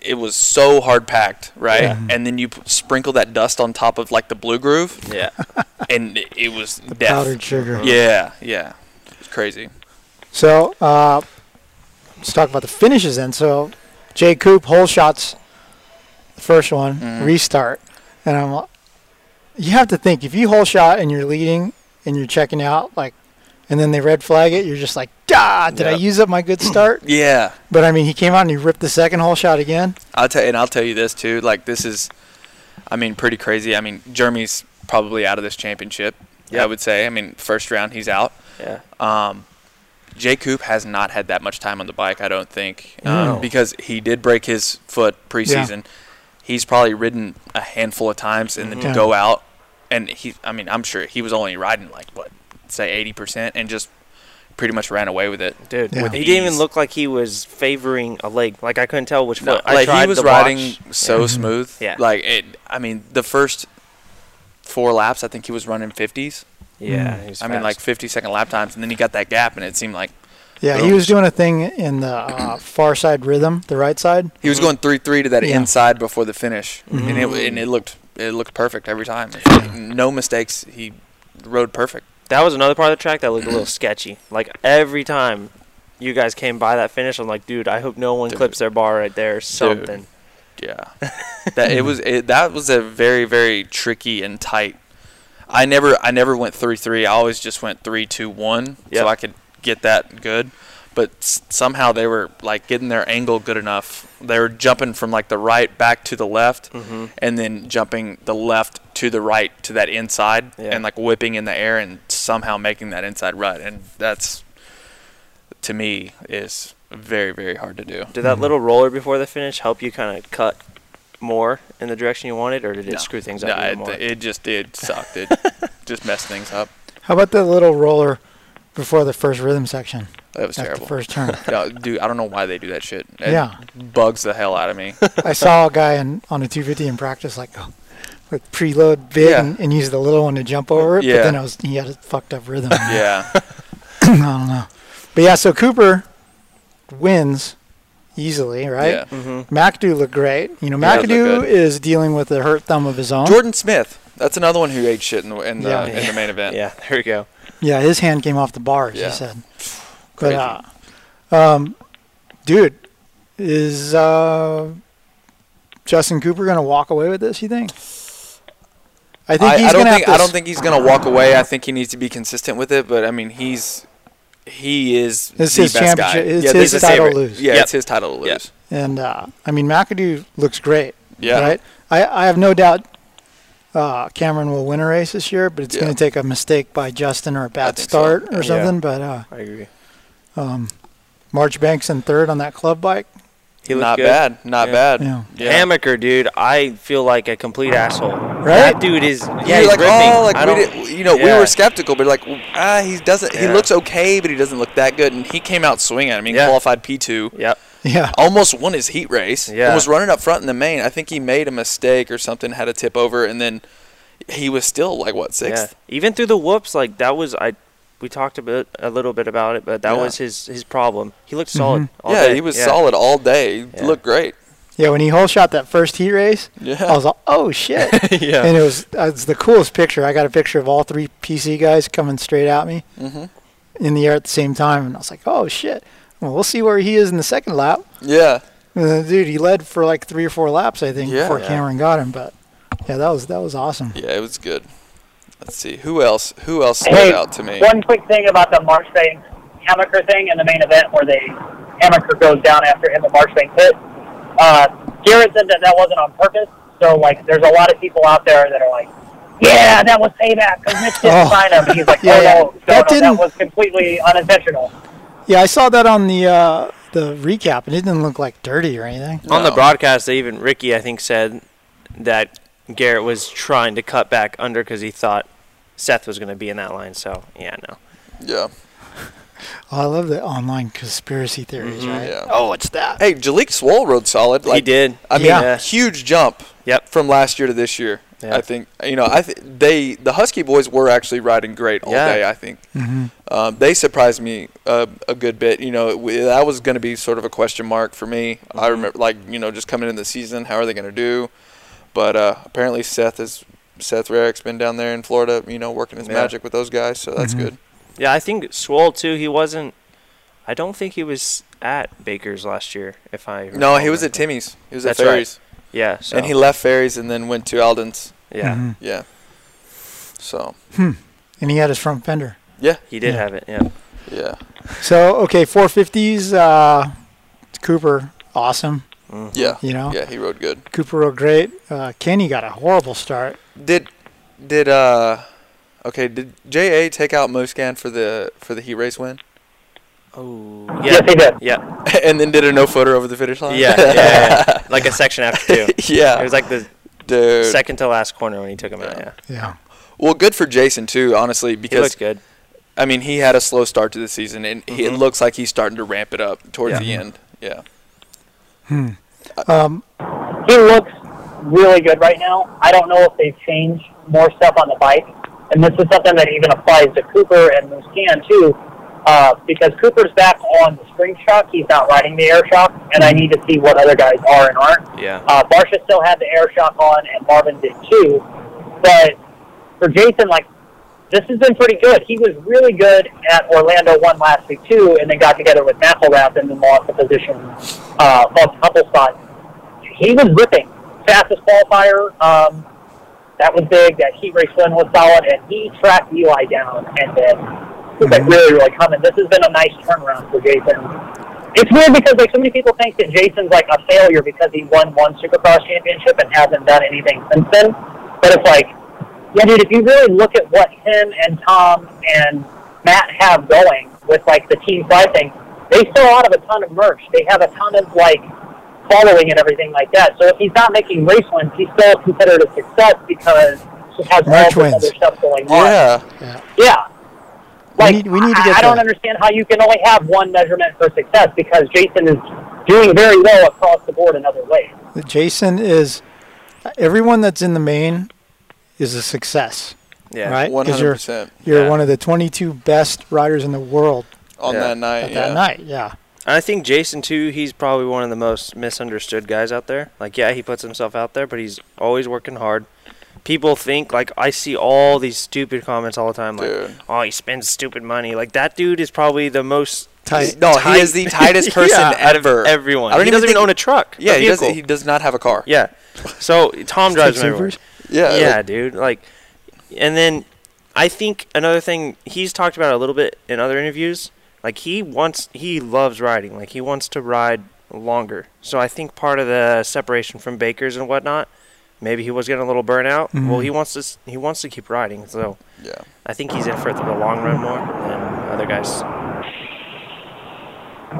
Speaker 2: it was so hard packed, right? And then you p- sprinkle that dust on top of like the blue groove,
Speaker 4: yeah.
Speaker 2: and it, it was death.
Speaker 1: Powdered sugar.
Speaker 2: Yeah, yeah, it's crazy.
Speaker 1: So uh, let's talk about the finishes then. So Jay Coop hole shots, the first one restart, and I'm. li- You have to think if you hole shot and you're leading and you're checking out like, and then they red flag it. You're just like, ah, did I
Speaker 4: Yep.
Speaker 1: use up my good start?
Speaker 2: Yeah,
Speaker 1: but I mean, he came out and he ripped the second hole shot again.
Speaker 2: I'll tell and I'll tell you this too. Like this is, I mean, pretty crazy. I mean, Jeremy's probably out of this championship. Yeah, I
Speaker 4: Yep.
Speaker 2: would say. I mean, first round he's out.
Speaker 4: Yeah. Uh,
Speaker 2: Jay Coop has not had that much time on the bike, I don't think, um, because he did break his foot preseason. He's probably ridden a handful of times, and then to
Speaker 1: Yeah.
Speaker 2: go out and he—I mean, I'm sure he was only riding like what, say, eighty percent, and just pretty much ran away with it.
Speaker 4: Dude,
Speaker 1: Yeah.
Speaker 4: he didn't even
Speaker 2: ease.
Speaker 4: look like he was favoring a leg. Like I couldn't tell which
Speaker 2: No,
Speaker 4: foot. I
Speaker 2: like
Speaker 4: tried
Speaker 2: he was
Speaker 4: to
Speaker 2: riding Mm.
Speaker 4: watch.
Speaker 2: so smooth.
Speaker 4: Yeah.
Speaker 2: Like it. I mean, the first four laps, I think he was running fifties.
Speaker 4: Yeah, he was
Speaker 2: I mean,
Speaker 4: fast.
Speaker 2: like 50 second lap times, and then he got that gap, and it seemed like
Speaker 1: Yeah, he
Speaker 2: Boom.
Speaker 1: was doing a thing in the uh, far side rhythm, the right side.
Speaker 2: he
Speaker 4: Mm-hmm.
Speaker 2: was going three three to that
Speaker 1: Yeah.
Speaker 2: inside before the finish, and it and it looked it looked perfect every time. No mistakes. He rode perfect.
Speaker 4: that was another part of the track that looked a little sketchy. Like every time you guys came by that finish, I'm like, dude, I hope no one
Speaker 2: Dude.
Speaker 4: clips their bar right there or something.
Speaker 2: Yeah, that it was it, that was a very very tricky and tight. I never I never went three three. I always just went three two one,
Speaker 4: Yep.
Speaker 2: so I could get that good. But s- somehow they were like getting their angle good enough. They were jumping from like the right back to the left, and then jumping the left to the right to that inside,
Speaker 4: Yeah.
Speaker 2: and like whipping in the air and somehow making that inside rut. And that's to me is very very hard to do.
Speaker 1: Mm.
Speaker 4: Did that little roller before the finish help you kind of cut more in the direction you wanted, or did it
Speaker 2: No.
Speaker 4: screw things
Speaker 2: No,
Speaker 4: up even
Speaker 2: it,
Speaker 4: more?
Speaker 2: it just did suck. It just messed things up.
Speaker 1: How about the little roller before the first rhythm section?
Speaker 2: That was
Speaker 1: That's
Speaker 2: terrible.
Speaker 1: the first turn.
Speaker 2: Yeah, dude, I don't know why they do that shit. It
Speaker 1: Yeah.
Speaker 2: bugs the hell out of me.
Speaker 1: I saw a guy in, on a 250 in practice, like, oh, like preload big
Speaker 2: Yeah.
Speaker 1: and, and use the little one to jump over it. But
Speaker 2: Yeah.
Speaker 1: then I was, he had a fucked up rhythm. I
Speaker 2: yeah,
Speaker 1: don't know. But yeah, so Cooper wins easily, right?
Speaker 2: yeah.
Speaker 4: Mm-hmm.
Speaker 2: Mm-hmm.
Speaker 1: McAdoo looked great. You know,
Speaker 2: Yeah, he does look
Speaker 1: McAdoo
Speaker 2: good.
Speaker 1: is dealing with a hurt thumb of his own.
Speaker 2: Jordan Smith. That's another one who ate shit in the in the,
Speaker 1: Yeah.
Speaker 2: in the main event.
Speaker 4: yeah, there we go.
Speaker 1: Yeah, his hand came off the bars.
Speaker 2: Yeah.
Speaker 1: He said, "But,
Speaker 2: Crazy.
Speaker 1: uh, um, dude, is uh, Justin Cooper going to walk away with this? You think? I think
Speaker 2: I,
Speaker 1: he's going
Speaker 2: I don't
Speaker 1: to
Speaker 2: think
Speaker 1: have to.
Speaker 2: I don't think he's gonna walk away. I think he needs to be consistent with it. But I mean, he's he is
Speaker 1: It's
Speaker 2: the
Speaker 1: his
Speaker 2: best guy.
Speaker 1: championship- it's
Speaker 2: yeah,
Speaker 1: his
Speaker 2: this is
Speaker 1: title
Speaker 2: favorite.
Speaker 1: to lose.
Speaker 2: Yeah,
Speaker 4: Yep.
Speaker 2: it's his title to lose.
Speaker 4: Yep.
Speaker 1: And uh, I mean, McAdoo looks great.
Speaker 2: Yeah.
Speaker 1: Right. I, I have no doubt. Uh, Cameron will win a race this year, but it's
Speaker 2: Yeah.
Speaker 1: going to take a mistake by Justin or a bad
Speaker 2: think so.
Speaker 1: start
Speaker 2: Yeah.
Speaker 1: or something. But uh,
Speaker 4: I agree.
Speaker 1: Marchbanks in third on that club bike.
Speaker 4: He looked
Speaker 2: Not
Speaker 4: good.
Speaker 2: bad. Not
Speaker 4: Yeah.
Speaker 2: bad.
Speaker 1: Yeah.
Speaker 4: Hammaker, dude, I feel like a complete asshole.
Speaker 1: Right?
Speaker 4: That dude is. Yeah,
Speaker 2: Yeah,
Speaker 4: he's
Speaker 2: like
Speaker 4: ripping.
Speaker 2: oh, like
Speaker 4: I
Speaker 2: we
Speaker 4: don't-
Speaker 2: did, you know, we
Speaker 4: Yeah.
Speaker 2: were skeptical, but like ah, he doesn't. He
Speaker 4: Yeah.
Speaker 2: looks okay, but he doesn't look that good. And he came out swinging. I mean,
Speaker 4: Yeah.
Speaker 2: qualified P two.
Speaker 4: Yep.
Speaker 1: Yeah.
Speaker 2: almost won his heat race. and
Speaker 4: Yeah.
Speaker 2: was running up front in the main. I think he made a mistake or something, had a tip over, and then he was still like what sixth.
Speaker 4: Yeah. Even through the whoops, like that was I. We talked a bit, a little bit about it, but that
Speaker 2: Yeah. Mm-hmm.
Speaker 4: was his his problem. He looked solid. all
Speaker 2: Yeah,
Speaker 4: day.
Speaker 2: he was solid all day. He
Speaker 4: Yeah.
Speaker 2: Looked great.
Speaker 1: Yeah, when he whole shot that first heat race,
Speaker 2: Yeah.
Speaker 1: I was like, "Oh shit!"
Speaker 2: Yeah.
Speaker 1: and it was uh, it's the coolest picture. I got a picture of all three PC guys coming straight at me
Speaker 2: Mm-hmm.
Speaker 1: in the air at the same time, and I was like, "Oh shit!" Well, we'll see where he is in the second lap.
Speaker 2: Yeah,
Speaker 1: And then, Uh, dude, he led for like three or four laps, I think,
Speaker 2: Yeah.
Speaker 1: before
Speaker 2: Yeah.
Speaker 1: Cameron got him. But yeah, that was that was awesome.
Speaker 2: yeah, it was good. Let's see who else. Who else stood
Speaker 3: Hey,
Speaker 2: out to me?
Speaker 3: one quick thing about the Marchbank Hammaker thing in the main event where they Hammaker goes down after him at Marchbank pit. Uh, Garrett said that that wasn't on purpose. So like, there's a lot of people out there that are like, "Yeah, that was payback because Mitch didn't
Speaker 1: Oh.
Speaker 3: sign him." And he's like,
Speaker 1: Yeah,
Speaker 3: "Oh
Speaker 1: yeah.
Speaker 3: no, no,
Speaker 1: That
Speaker 3: that, no
Speaker 1: didn't-
Speaker 3: that was completely unintentional."
Speaker 1: Yeah, I saw that on the uh, the recap, and it didn't look like dirty or anything.
Speaker 4: On the
Speaker 2: No.
Speaker 4: broadcast, they even Ricky, I think, said that Garrett was trying to cut back under because he thought Seth was going to be in that line. So yeah, no.
Speaker 2: Yeah,
Speaker 1: Oh, I love the online conspiracy theories, right?
Speaker 2: Mm-hmm. yeah.
Speaker 1: Oh, it's that.
Speaker 2: Hey, Jalik Swole rode solid. Like,
Speaker 4: he did.
Speaker 2: I mean,
Speaker 1: Yeah.
Speaker 2: huge jump.
Speaker 4: Yep.
Speaker 2: From last year to this year,
Speaker 4: Yeah.
Speaker 2: I think you know. I th- they the Husky boys were actually riding great all
Speaker 4: Yeah.
Speaker 2: day. I think um, they surprised me uh, a good bit. You know, we, that was going to be sort of a question mark for me.
Speaker 4: Mm-hmm.
Speaker 2: I remember, like you know, just coming in the season, how are they going to do? But uh, apparently, Seth is Seth Rarick's been down there in Florida. You know, working his
Speaker 4: Yeah.
Speaker 2: magic with those guys, so that's good.
Speaker 4: Yeah, I think Swole too. He wasn't. I don't think he was at Baker's last year. If I
Speaker 2: No,
Speaker 4: recall
Speaker 2: he was at
Speaker 4: correctly.
Speaker 2: Timmy's. He was
Speaker 4: That's
Speaker 2: at
Speaker 4: right.
Speaker 2: Ferries,
Speaker 4: Yeah. So
Speaker 2: and he Mm-hmm. left Ferries and then went to Alden's.
Speaker 4: yeah
Speaker 2: Yeah. So
Speaker 1: Mm-hmm. And he had his front fender.
Speaker 2: yeah,
Speaker 4: he did
Speaker 1: Yeah.
Speaker 4: have it. Yeah.
Speaker 2: yeah,
Speaker 1: So okay, 450s. Uh, Cooper, awesome.
Speaker 2: yeah.
Speaker 1: You know?
Speaker 2: Yeah, he rode good.
Speaker 1: Cooper rode great. Uh, Kenny got a horrible start.
Speaker 2: Did did uh okay, did JA take out Moscan for the for the heat race win?
Speaker 4: Oh.
Speaker 3: Yes, he did.
Speaker 4: Yeah.
Speaker 2: and then did a no footer over the finish line?
Speaker 4: Yeah. Yeah. yeah, yeah. like a section after two.
Speaker 2: yeah.
Speaker 4: It was like the
Speaker 2: Dude.
Speaker 4: second to last corner when he took him out.
Speaker 2: Yeah.
Speaker 4: Yeah.
Speaker 1: Yeah.
Speaker 2: Well, good for Jason too, honestly,
Speaker 4: He
Speaker 2: because
Speaker 4: looked good. Mm-hmm.
Speaker 2: I mean, he had a slow start to the season and he, it looks like he's starting to ramp it up towards
Speaker 4: Yeah.
Speaker 2: the end. Yeah.
Speaker 3: he looks really good right now. I don't know if they've changed more stuff on the bike, and this is something that even applies to Cooper and Muscan too, uh, because Cooper's back on the spring shock. He's not riding the air shock, and I need to see what other guys are and aren't.
Speaker 4: Yeah.
Speaker 3: Uh, Barsha still had the air shock on, and Marvin did too. But for Jason, like, this has been pretty good. He was really good at Orlando one last week too, and then got together with McElrath and then lost the position, uh, lost a couple spots. He was ripping, fastest qualifier. Um, that was big. That heat race win was solid, and he tracked Eli down, and then he was like really, really coming. This has been a nice turnaround for Jason it's weird because like so many people think that Jason's like a failure because he won one Supercross championship and hasn't done anything since then. But it's like, yeah, dude, if you really look at what him and Tom and Matt have going with like the team pride thing, they still out of a ton of merch. They have a ton of like following and everything like that. So if he's not making race wins, he's still considered a success because he
Speaker 1: March
Speaker 3: has all this
Speaker 1: wins.
Speaker 3: other stuff going on.
Speaker 2: Yeah.
Speaker 3: Yeah.
Speaker 1: We
Speaker 3: Like,
Speaker 1: need- we need to
Speaker 3: I-
Speaker 1: get
Speaker 3: I, don't
Speaker 1: that.
Speaker 3: understand how you can only have one measurement for success because Jason is doing very well across the board in other ways.
Speaker 1: Jason is everyone that's in the main is a success,
Speaker 4: Yeah.
Speaker 1: right?
Speaker 2: One
Speaker 1: 'Cause
Speaker 2: hundred percent
Speaker 1: You're, you're
Speaker 4: Yeah.
Speaker 1: one of the 22 best riders in the world
Speaker 2: on
Speaker 4: Yeah.
Speaker 2: that night.
Speaker 1: at
Speaker 2: yeah.
Speaker 1: that night. Yeah.
Speaker 4: I think Jason too. He's probably one of the most misunderstood guys out there. Like, yeah, he puts himself out there, but he's always working hard. People think like I see all these stupid comments all the time, like,
Speaker 2: Dude.
Speaker 4: "Oh, he spends stupid money." Like that dude is probably the most
Speaker 1: Tight.
Speaker 2: No, he is the tightest person
Speaker 4: Yeah, out of
Speaker 2: ever.
Speaker 4: Everyone.
Speaker 2: I don't
Speaker 4: he
Speaker 2: even
Speaker 4: doesn't even
Speaker 2: think-
Speaker 4: own a truck.
Speaker 2: Yeah,
Speaker 4: a
Speaker 2: he doesn't.
Speaker 4: vehicle.
Speaker 2: He does not have a car.
Speaker 4: Yeah. So Tom drives him
Speaker 1: Take
Speaker 4: everywhere.
Speaker 1: supers.
Speaker 2: Yeah.
Speaker 4: yeah, dude. Like, and then I think another thing he's talked about a little bit in other interviews. Like he wants, he loves riding. Like he wants to ride longer. So I think part of the separation from Baker's and whatnot, maybe he was getting a little burnout. Well,
Speaker 1: Mm-hmm.
Speaker 4: he wants to, s- he wants to keep riding. So
Speaker 2: Yeah.
Speaker 4: I think he's in for the long run more than other guys.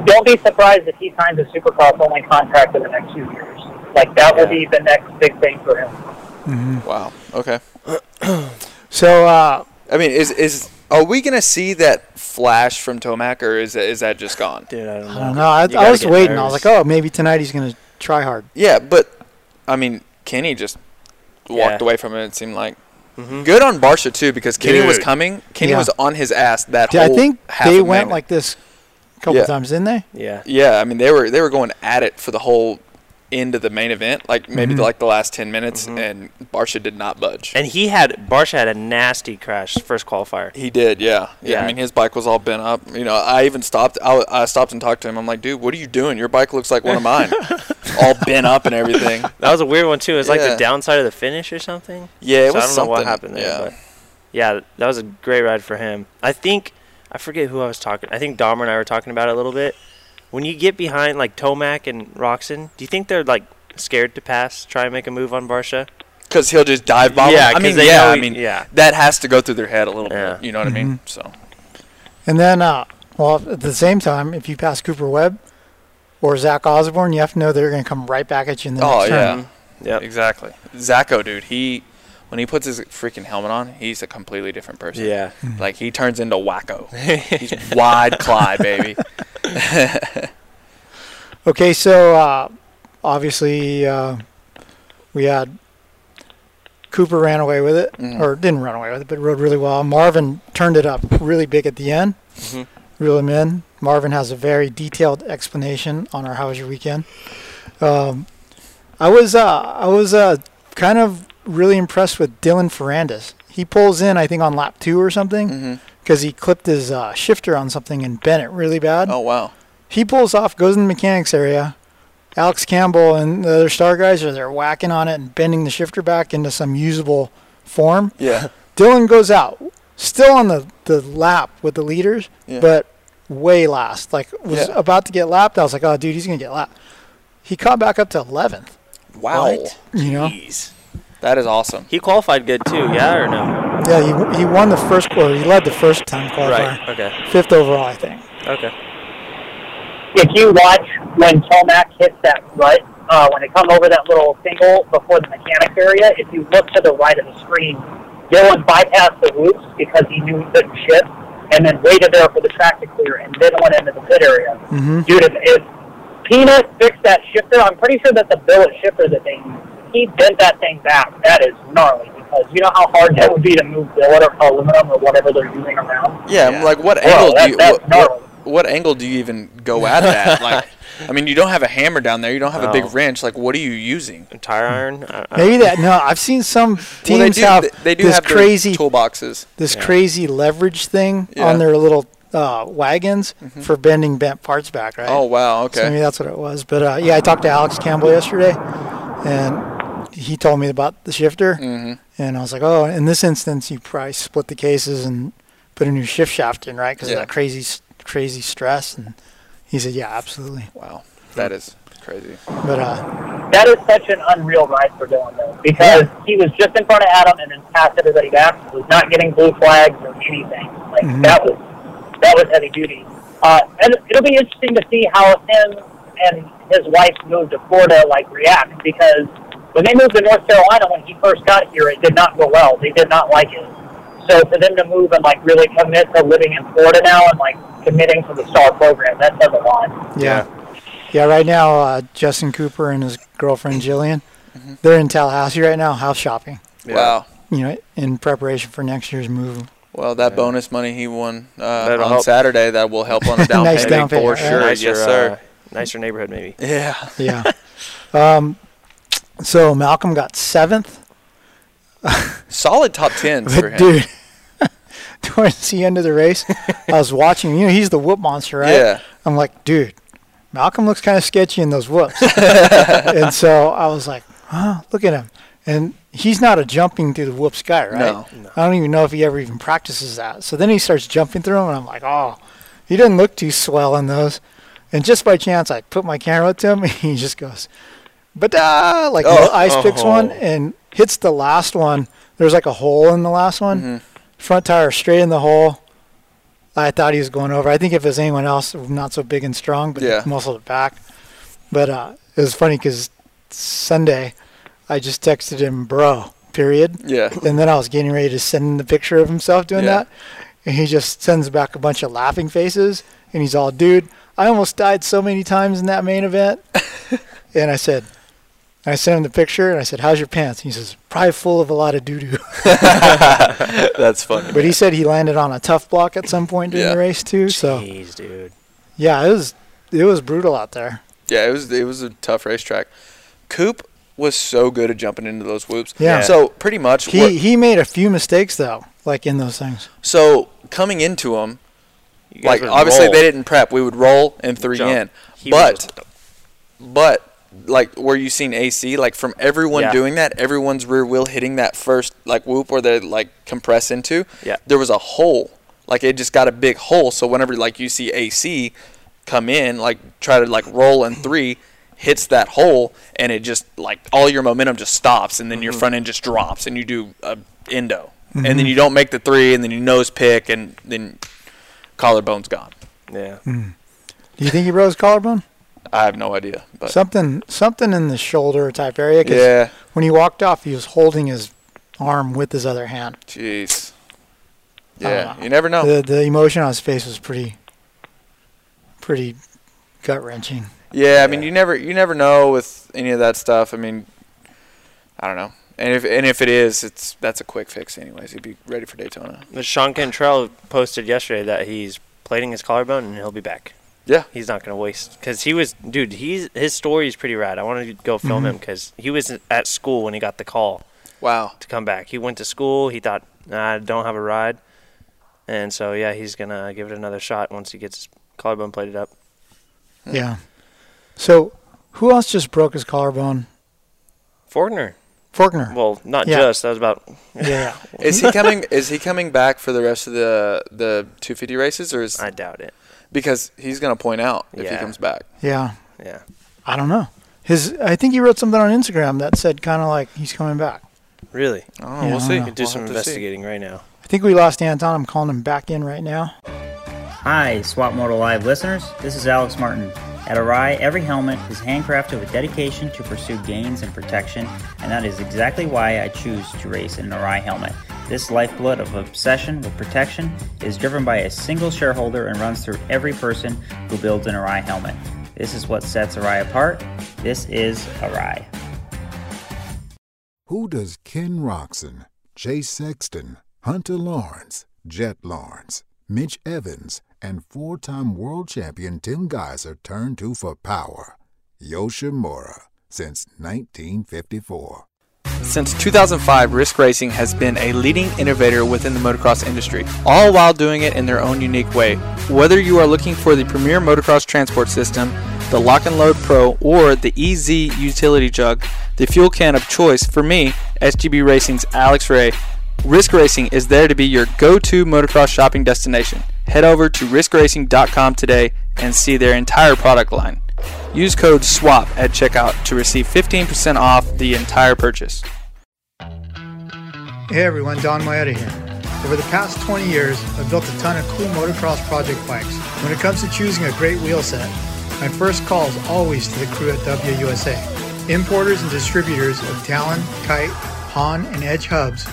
Speaker 3: Don't be surprised if he signs a Supercross only contract in the next few years. Like that will be the next big thing for him.
Speaker 2: Wow. Okay.
Speaker 1: So uh,
Speaker 2: I mean, is is are we gonna see that flash from Tomac, or is that, is that just gone?
Speaker 4: Dude, I don't know.
Speaker 1: I don't know. I, I was waiting. I was like, oh, maybe tonight he's gonna try hard.
Speaker 2: Yeah, but I mean, Kenny just walked
Speaker 4: Yeah.
Speaker 2: away from it. It seemed like good on Barsha too because Kenny was
Speaker 4: Dude.
Speaker 2: coming. Kenny
Speaker 1: Mm-hmm. Yeah.
Speaker 2: was on his ass that
Speaker 1: Yeah, I
Speaker 2: whole.
Speaker 1: think
Speaker 2: Oh, half
Speaker 1: they
Speaker 2: of
Speaker 1: went
Speaker 2: Manning.
Speaker 1: like this a couple
Speaker 2: Yeah.
Speaker 1: times, didn't they?
Speaker 4: yeah,
Speaker 2: Yeah, I mean they were they were going at it for the whole end of the main event, like maybe
Speaker 1: Mm-hmm.
Speaker 2: like the last ten minutes, and Barsha did not budge.
Speaker 4: and he had Barsha had a nasty crash first qualifier.
Speaker 2: He did, yeah. yeah. I
Speaker 4: Yeah.
Speaker 2: mean, his bike was all bent up. You know, I even stopped. I, wa- I stopped and talked to him. I'm like, dude, what are you doing? Your bike looks like one of mine, all bent up and everything.
Speaker 4: That was a weird one too. It was like
Speaker 2: Yeah.
Speaker 4: the downside of the finish or something.
Speaker 2: Yeah, it
Speaker 4: So
Speaker 2: was
Speaker 4: I don't know what
Speaker 2: something,
Speaker 4: happened there,
Speaker 2: yeah.
Speaker 4: but yeah, that was a great ride for him. I think I forget who I was talking. I think Dahmer and I were talking about it a little bit. When you get behind like Tomac and Roxon, do you think they're like scared to pass, try and make a move on Barsha?
Speaker 2: Because he'll just dive bomb. him.
Speaker 4: Yeah,
Speaker 2: I
Speaker 4: 'cause
Speaker 2: mean,
Speaker 4: they
Speaker 2: yeah,
Speaker 4: know
Speaker 2: I
Speaker 4: he-
Speaker 2: mean,
Speaker 4: yeah.
Speaker 2: that has to go through their head a little
Speaker 4: Yeah. Mm-hmm.
Speaker 2: bit. You know what I mean? So
Speaker 1: And then, uh, well, at the same time, if you pass Cooper Webb or Zach Osborne, you have to know they're going to come right back at you in the
Speaker 2: Oh,
Speaker 1: next
Speaker 2: yeah.
Speaker 1: turn.
Speaker 4: Yep.
Speaker 2: exactly, Zacho, dude, he when he puts his freaking helmet on, he's a completely different person.
Speaker 4: Yeah.
Speaker 2: like he turns into wacko. he's wide Clyde, baby.
Speaker 1: Okay, so uh, obviously uh, we had Cooper ran away with it, or didn't run away with it, but rode really well. Marvin turned it up really big at the end, reel him in. Marvin has a very detailed explanation on our "How was your weekend?" Um, I was uh, I was uh, kind of really impressed with Dylan Ferrandis. He pulls in, I think, on lap two or
Speaker 2: Mm.
Speaker 4: Mm-hmm.
Speaker 1: something, because he clipped his uh, shifter on something and bent it really bad
Speaker 2: Oh wow.
Speaker 1: he pulls off, goes in the mechanics area. Alex Campbell and the other star guys are there whacking on it and bending the shifter back into some usable form.
Speaker 2: Yeah.
Speaker 1: Dylan goes out, still on the, the lap with the leaders,
Speaker 2: Yeah.
Speaker 1: but way last. Like was
Speaker 2: Yeah.
Speaker 1: about to get lapped. I was like, oh, dude, he's gonna get lapped. He caught back up to 11th.
Speaker 2: Wow.
Speaker 1: You know,
Speaker 4: Jeez.
Speaker 2: That is awesome.
Speaker 4: He qualified good too. Yeah or no?
Speaker 1: yeah, he, he won the first quarter. He led the first time qualifier,
Speaker 4: Right. Okay.
Speaker 1: fifth overall, I think.
Speaker 4: Okay.
Speaker 3: if you watch when Tomac hits that rut, uh, when they come over that little single before the mechanics area, if you look to the right of the screen, Dylan bypassed the whoops because he knew he couldn't shift and then waited there for the track to clear and then went into the pit area. Dude, if, if Peanut fixed that shifter, I'm pretty sure that's a billet shifter that they use. He bent that thing back. That is gnarly because you know how hard that would be to move billet or aluminum or whatever they're using around?
Speaker 2: Yeah, I'm like what
Speaker 3: Wow,
Speaker 2: angle
Speaker 3: that-
Speaker 2: do you
Speaker 3: that's
Speaker 2: what,
Speaker 3: gnarly.
Speaker 2: what, what angle do you even go at that? Like, I mean, you don't have a hammer down there. You don't have a
Speaker 4: No.
Speaker 2: big wrench. Like, what are you using?
Speaker 4: Tire iron. I, I,
Speaker 1: Maybe that. No, I've seen some teams
Speaker 2: Well, they do,
Speaker 1: have
Speaker 2: they, they do
Speaker 1: this
Speaker 2: have their
Speaker 1: crazy
Speaker 2: toolboxes.
Speaker 1: this crazy leverage thing
Speaker 2: Yeah. Mm-hmm.
Speaker 1: on their little uh, wagons for bending bent parts back, right?
Speaker 2: Oh wow,
Speaker 1: So maybe
Speaker 2: okay.
Speaker 1: that's what it was. But uh, yeah, I talked to Alex Campbell yesterday, and he told me about the shifter,
Speaker 2: Mm-hmm.
Speaker 1: and I was like, oh, in this instance, you probably split the cases and put a new shift shaft in, right? Because
Speaker 2: Yeah.
Speaker 1: of that crazy, s- crazy stress. And he said, yeah, absolutely.
Speaker 2: Wow, that is crazy.
Speaker 1: But uh,
Speaker 3: That is such an unreal ride for Dylan, though, because he was just in front of Adam and then passed everybody back. Was not getting blue flags or anything. Like that was that was heavy duty. Uh, and it'll be interesting to see how him and his wife moved to Florida like react because when they moved to North Carolina when he first got here, it did not go well. They did not like it. So for them to move and like really commit to living in Florida now and like committing to the star program, that says a lot.
Speaker 1: Yeah. Yeah, right now, uh, Justin Cooper and his girlfriend Jillian,
Speaker 2: Mm-hmm.
Speaker 1: they're in Tallahassee right now, house shopping,
Speaker 4: Yeah.
Speaker 2: Wow.
Speaker 1: you know, in preparation for next year's move.
Speaker 2: Well, that bonus money he won uh, on
Speaker 4: That'll help.
Speaker 2: Saturday that will help on the down
Speaker 1: Nice
Speaker 2: payment
Speaker 1: down payment,
Speaker 2: for
Speaker 1: right?
Speaker 2: sure.
Speaker 4: nicer,
Speaker 2: yes, sir.
Speaker 4: Uh, nicer neighborhood, maybe.
Speaker 2: yeah.
Speaker 1: Yeah. um, so Malcolm got seventh,
Speaker 2: Solid top ten for
Speaker 1: but
Speaker 2: him.
Speaker 1: dude, towards the end of the race, I was watching. You know, he's the whoop monster, right?
Speaker 2: Yeah.
Speaker 1: I'm like, dude, Malcolm looks kind of sketchy in those whoops, and so I was like, huh, look at him, and he's not a jumping through the whoops guy, right?
Speaker 2: No.
Speaker 1: I don't even know if he ever even practices that. So then he starts jumping through them, and I'm like, oh, he doesn't look too swell in those. And just by chance, I put my camera up to him, and he just goes, but uh," like
Speaker 2: Oh.
Speaker 1: ice picks
Speaker 4: Oh.
Speaker 1: one and hits the last one. There's like a hole in the last one. Front tire straight in the hole. I thought he was going over. I think if it was anyone else, not so big and strong, but
Speaker 2: Yeah.
Speaker 1: muscled it back. But uh, it was funny because Sunday, I just texted him, bro, period.
Speaker 2: Yeah.
Speaker 1: And then I was getting ready to send him the picture of himself doing
Speaker 2: Yeah.
Speaker 1: that. And he just sends back a bunch of laughing faces. And he's all, dude, I almost died so many times in that main event. and I said, I sent him the picture and I said, how's your pants? And he says, probably full of a lot of doo doo.
Speaker 2: That's funny.
Speaker 1: but he said he landed on a tough block at some point during
Speaker 2: Yeah.
Speaker 1: the race, too. So,
Speaker 4: Jeez, dude.
Speaker 1: yeah, it was. It was brutal out there.
Speaker 2: Yeah, it was it was a tough racetrack. Coop was so good at jumping into those whoops.
Speaker 1: Yeah.
Speaker 2: So pretty much
Speaker 1: He
Speaker 2: what-
Speaker 1: he made a few mistakes though, like in those things.
Speaker 2: so coming into them,
Speaker 4: You guys
Speaker 2: like
Speaker 4: would
Speaker 2: obviously
Speaker 4: roll.
Speaker 2: they didn't prep. We would roll and three
Speaker 4: Jump.
Speaker 2: in.
Speaker 4: He was
Speaker 2: but but like where you seen AC, like from everyone
Speaker 4: Yeah.
Speaker 2: doing that, everyone's rear wheel hitting that first like whoop where they like compress into.
Speaker 4: Yeah.
Speaker 2: There was a hole. Like it just got a big hole. So whenever like you see AC come in, like try to like roll in three, hits that hole and it just like all your momentum just stops and then
Speaker 4: Mm-hmm.
Speaker 2: your front end just drops and you do a endo. And then you don't make the three and then you nose pick and then collarbone's gone.
Speaker 4: Yeah.
Speaker 1: Do you think he broke his collarbone?
Speaker 2: I have no idea. But
Speaker 1: Something something in the shoulder type area. 'cause
Speaker 2: Yeah.
Speaker 1: When he walked off, he was holding his arm with his other hand. I
Speaker 2: Jeez.
Speaker 1: don't
Speaker 2: Yeah, uh-huh.
Speaker 1: know.
Speaker 2: you never know.
Speaker 1: The the emotion on his face was pretty pretty gut wrenching.
Speaker 2: yeah, I mean, you never you never know with any of that stuff. I mean, I don't know. And if and if it is, it's that's a quick fix, anyways. He'd be ready for Daytona.
Speaker 4: But Sean Cantrell posted yesterday that he's plating his collarbone and he'll be back.
Speaker 2: Yeah.
Speaker 4: He's not going to waste because he was, dude. He's his story is pretty rad. I wanted to go film him 'cause him because he was at school when he got the call
Speaker 2: Wow.
Speaker 4: to come back. He went to school. He thought, nah, I don't have a ride, and so yeah, he's gonna give it another shot once he gets his collarbone plated up.
Speaker 1: Yeah. So who else just broke his collarbone?
Speaker 4: Fortner.
Speaker 1: Faulkner.
Speaker 4: Well, not
Speaker 1: Yeah.
Speaker 4: just that was about.
Speaker 1: yeah.
Speaker 2: Is he coming? is he coming back for the rest of the the 250 races, or is
Speaker 4: I doubt it.
Speaker 2: because he's gonna point out if he
Speaker 4: Yeah.
Speaker 2: comes back?
Speaker 1: Yeah.
Speaker 4: Yeah.
Speaker 1: I don't know. His I think he wrote something on Instagram that said kind of like he's coming back.
Speaker 4: Really?
Speaker 2: I don't know.
Speaker 1: Yeah,
Speaker 2: we'll
Speaker 1: I
Speaker 2: see.
Speaker 1: don't know.
Speaker 4: Do
Speaker 2: We'll
Speaker 4: some
Speaker 2: have to see.
Speaker 4: investigating right now.
Speaker 1: I think we lost Anton. I'm calling him back in right now.
Speaker 5: Hi, Swap Moto Live listeners. This is Alex Martin. At Arai, every helmet is handcrafted with dedication to pursue gains and protection, and that is exactly why I choose to race in an Arai helmet. This lifeblood of obsession with protection is driven by a single shareholder and runs through every person who builds an Arai helmet. This is what sets Arai apart. This is Arai.
Speaker 6: Who does Ken Roxon, Jay Sexton, Hunter Lawrence, Jet Lawrence, Mitch Evans, and four time world champion Tim Geiser turn to for power? Yoshimura since 1954.
Speaker 2: Since 2005, Risk Racing has been a leading innovator within the motocross industry, all while doing it in their own unique way. Whether you are looking for the premier motocross transport system, the Lock and Load Pro, or the EZ utility jug, the fuel can of choice for me, SGB Racing's Alex Ray, Risk Racing is there to be your go to motocross shopping destination. Head over to riskracing.com today and see their entire product line. Use code SWAP at checkout to receive 15% off the entire purchase.
Speaker 1: Hey everyone, Don Maeda here. Over the past 20 years, I've built a ton of cool motocross project bikes. When it comes to choosing a great wheel set, My first call is always to the crew at WUSA, importers and distributors of Talon, Kite, Hahn, and Edge hubs.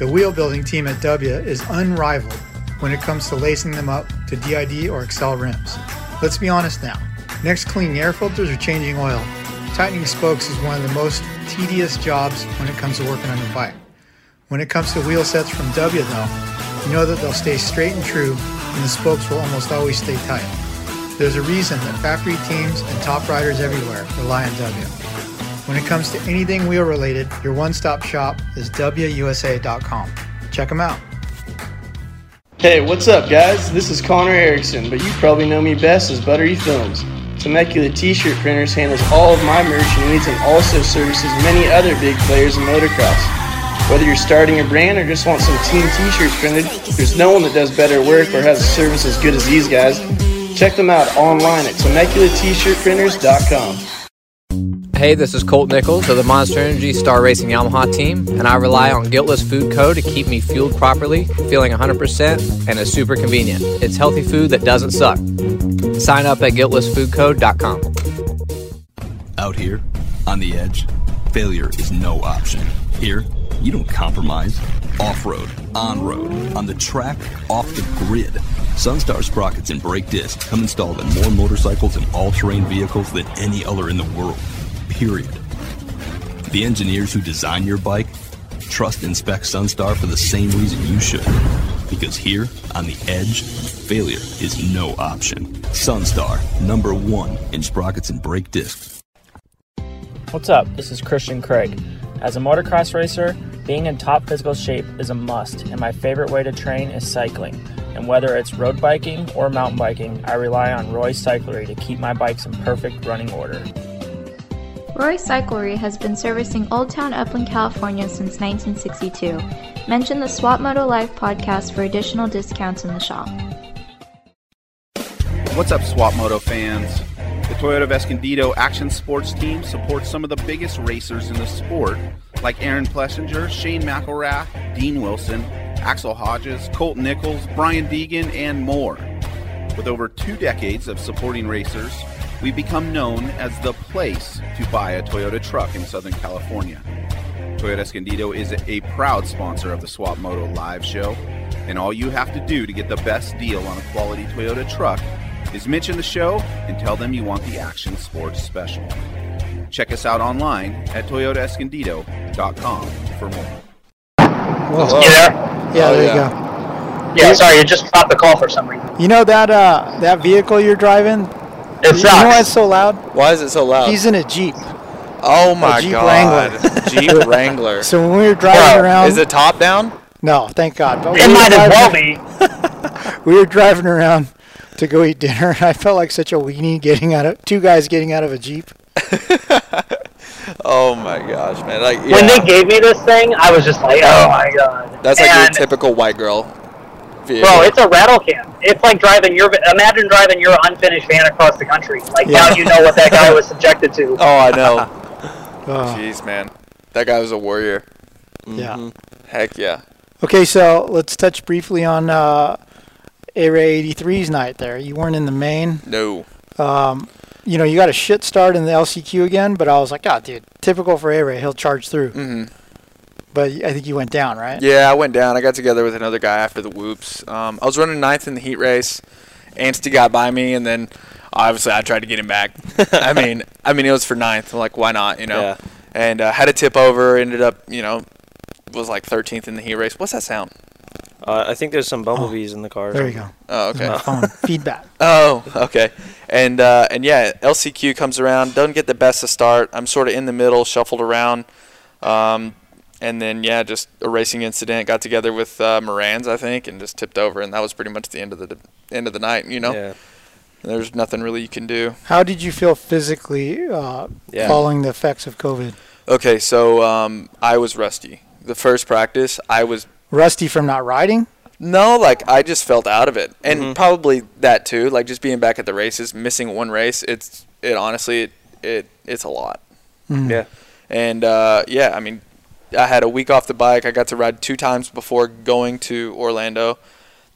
Speaker 1: The wheel building team at W is unrivaled when it comes to lacing them up to DID or Excel rims. Let's be honest now. Next, cleaning air filters or changing oil. Tightening spokes is one of the most tedious jobs when it comes to working on your bike. When it comes to wheel sets from W, though, you know that they'll stay straight and true, and the spokes will almost always stay tight. There's a reason that factory teams and top riders everywhere rely on W. When it comes to anything wheel related, your one stop shop is WUSA.com. Check them out.
Speaker 7: Hey, what's up, guys? This is Connor Erickson, but you probably know me best as Buttery Films. Temecula T-shirt printers handles all of my merch needs and also services many other big players in motocross. Whether you're starting a brand or just want some team T-shirts printed, there's no one that does better work or has a service as good as these guys. Check them out online at TemeculaT-shirtprinters.com.
Speaker 8: Hey, this is Colt Nichols of the Monster Energy Star Racing Yamaha team, and I rely on Guiltless Food Co. to keep me fueled properly, feeling 100%, and is super convenient. It's healthy food that doesn't suck. Sign up at guiltlessfoodco.com.
Speaker 9: Out here, on the edge, failure is no option. Here, you don't compromise. Off road, on road, on the track, off the grid. Sunstar sprockets and brake discs come installed in more motorcycles and all terrain vehicles than any other in the world. Period. The engineers who design your bike trust and spec Sunstar for the same reason you should. Because here, on the edge, failure is no option. Sunstar, number one in sprockets and brake discs.
Speaker 10: What's up? This is Christian Craig. As a motocross racer, being in top physical shape is a must, and my favorite way to train is cycling. And whether it's road biking or mountain biking, I rely on Roy Cyclery to keep my bikes in perfect running order.
Speaker 11: Roy Cyclery has been servicing Old Town Upland, California since 1962. Mention the Swap Moto Live podcast for additional discounts in the shop.
Speaker 12: What's up, Swap Moto fans? The Toyota of Escondido Action Sports Team supports some of the biggest racers in the sport, like Aaron Plessinger, Shane McElrath, Dean Wilson, Axel Hodges, Colt Nichols, Brian Deegan, and more. With over two decades of supporting racers, we've become known as the place to buy a Toyota truck in Southern California. Toyota Escondido is a proud sponsor of the Swap Moto Live Show, and all you have to do to get the best deal on a quality Toyota truck is mention the show and tell them you want the Action Sports Special. Check us out online at toyotaescondido.com for more.
Speaker 1: Whoa.
Speaker 3: You there?
Speaker 1: Yeah,
Speaker 2: Oh,
Speaker 1: there
Speaker 2: yeah.
Speaker 1: you go.
Speaker 3: Yeah, sorry, you just dropped the call for some reason.
Speaker 1: You know that uh, that vehicle you're driving?
Speaker 3: It
Speaker 1: you know why it's
Speaker 3: sucks.
Speaker 1: so loud?
Speaker 2: Why is it so loud?
Speaker 1: He's in a Jeep.
Speaker 2: oh my
Speaker 1: Jeep
Speaker 2: god. Jeep Wrangler.
Speaker 1: So um, when we were driving
Speaker 2: Bro,
Speaker 1: around,
Speaker 2: Is it top down?
Speaker 1: no, thank God. But we
Speaker 3: It
Speaker 1: were
Speaker 3: might as
Speaker 1: driving-
Speaker 3: well be.
Speaker 1: we were driving around to go eat dinner, and I felt like such a weenie getting out of two guys getting out of a jeep.
Speaker 2: Oh my gosh, man. Like
Speaker 3: When
Speaker 2: yeah,
Speaker 3: they gave me this thing, I was just like, oh my god.
Speaker 2: that's like
Speaker 3: And-
Speaker 2: your typical white girl. Vehicle.
Speaker 3: Bro, it's a rattle can. It's like driving your. Imagine driving your unfinished van across the country. Like
Speaker 1: Yeah.
Speaker 3: now you know what that guy was subjected to.
Speaker 2: Oh, I know.
Speaker 1: Oh,
Speaker 2: Jeez, man. That guy was a warrior. Mm-hmm.
Speaker 1: yeah.
Speaker 2: Heck yeah.
Speaker 1: Okay, so let's touch briefly on uh, A-Ray 83's night there. You weren't in the main.
Speaker 2: No.
Speaker 1: You know, you got a shit start in the LCQ again, but I was like, God, dude, typical for A-Ray. He'll charge through.
Speaker 2: Mhm.
Speaker 1: But I think you went down, right?
Speaker 2: Yeah, I went down. I got together with another guy after the whoops. Um, I was running ninth in the heat race. Anstey got by me, and then obviously I tried to get him back. I mean, I mean it was for ninth. I'm like, why not? You know.
Speaker 4: Yeah.
Speaker 2: And uh, had a tip over. Ended up, you know, was like 13th in the heat race. What's that sound?
Speaker 4: Uh, I think there's some bumblebees in the car. or
Speaker 1: There you
Speaker 4: something.
Speaker 1: go.
Speaker 2: Oh, okay.
Speaker 1: My phone. Feedback.
Speaker 2: Oh, okay. And uh, and yeah, LCQ comes around, doesn't get the best of start. I'm sort of in the middle, shuffled around, um, and then yeah, just a racing incident. Got together with uh, Moran's, I think, and just tipped over, and that was pretty much the end of the end of the night. You know,
Speaker 4: Yeah.
Speaker 2: there's nothing really you can do.
Speaker 1: How did you feel physically uh,
Speaker 4: Yeah.
Speaker 1: following the effects of COVID?
Speaker 2: Okay, so um, I was rusty. The first practice, I was
Speaker 1: Rusty from not riding?
Speaker 2: No, like I just felt out of it, and probably that too. Like just being back at the races, missing one race, it's it honestly it, it it's a lot.
Speaker 4: Yeah.
Speaker 2: And uh, yeah, I mean, I had a week off the bike. I got to ride two times before going to Orlando.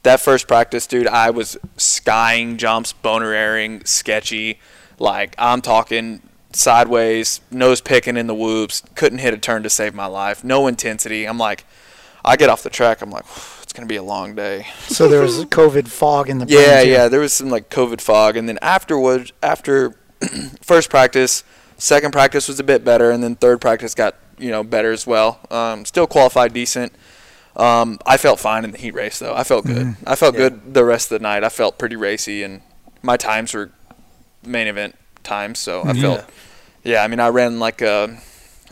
Speaker 2: That first practice, dude, I was skying jumps, boner airing, sketchy. Like I'm talking sideways, nose picking in the whoops, couldn't hit a turn to save my life, no intensity. I'm like, I get off the track, I'm like, it's gonna be a long day.
Speaker 1: So there was COVID fog in the brain,
Speaker 2: Yeah,
Speaker 1: too.
Speaker 2: yeah. There was some like COVID fog, and then afterwards, after first practice, second practice was a bit better, and then third practice got you know better as well. Um, still qualified decent. Um, I felt fine in the heat race though. I felt good.
Speaker 13: Mhm.
Speaker 2: I felt
Speaker 13: Yeah.
Speaker 2: good the rest of the night. I felt pretty racy, and my times were main event times, so I
Speaker 13: Mhm.
Speaker 2: felt. Yeah, I mean, I ran like a,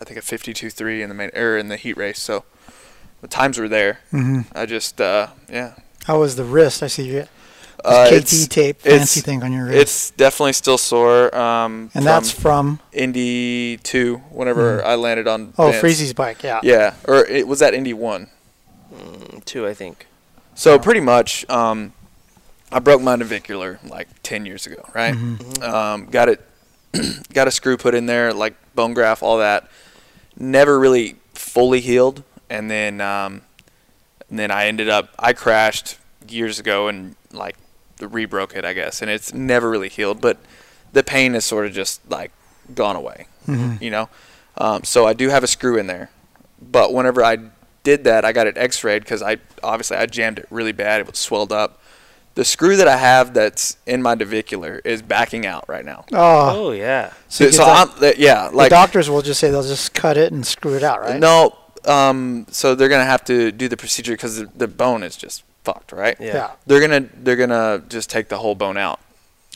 Speaker 2: I think a fifty-two-three in the main or in the heat race, so the times were there.
Speaker 1: Mhm.
Speaker 2: I just uh, yeah,
Speaker 1: How was the wrist? I see it.
Speaker 2: uh,
Speaker 1: KT tape,
Speaker 2: it's-
Speaker 1: fancy thing on your wrist.
Speaker 2: It's definitely still sore. Um,
Speaker 1: And that's from?
Speaker 2: Indy two. Whenever
Speaker 1: Mhm.
Speaker 2: I landed on
Speaker 1: Oh,
Speaker 2: Vance.
Speaker 1: Freezy's bike, yeah.
Speaker 2: yeah, or it was that Indy one.
Speaker 4: two, I think.
Speaker 2: So pretty much, um, I broke my navicular like ten years ago, right?
Speaker 13: Mhm.
Speaker 2: Um, got it, got a screw put in there, like bone graft, all that. Never really fully healed, and then um, and then I ended up I crashed years ago and like rebroke it, I guess, and it's never really healed, but the pain has sort of just like gone away,
Speaker 13: Mhm.
Speaker 2: you know. Um, so I do have a screw in there, but whenever I did that, I got it X-rayed because I obviously I jammed it really bad. It was swelled up. The screw that I have that's in my navicular is backing out right now.
Speaker 1: Oh.
Speaker 4: Oh, yeah.
Speaker 2: So,
Speaker 1: you
Speaker 2: so
Speaker 1: could, like-
Speaker 2: I'm, that- yeah,
Speaker 1: the
Speaker 2: like
Speaker 1: doctors will just say they'll just cut it and screw it out, right?
Speaker 2: no. Um, so they're gonna have to do the procedure because the, the bone is just fucked, right?
Speaker 1: Yeah. Yeah.
Speaker 2: They're gonna they're gonna just take the whole bone out.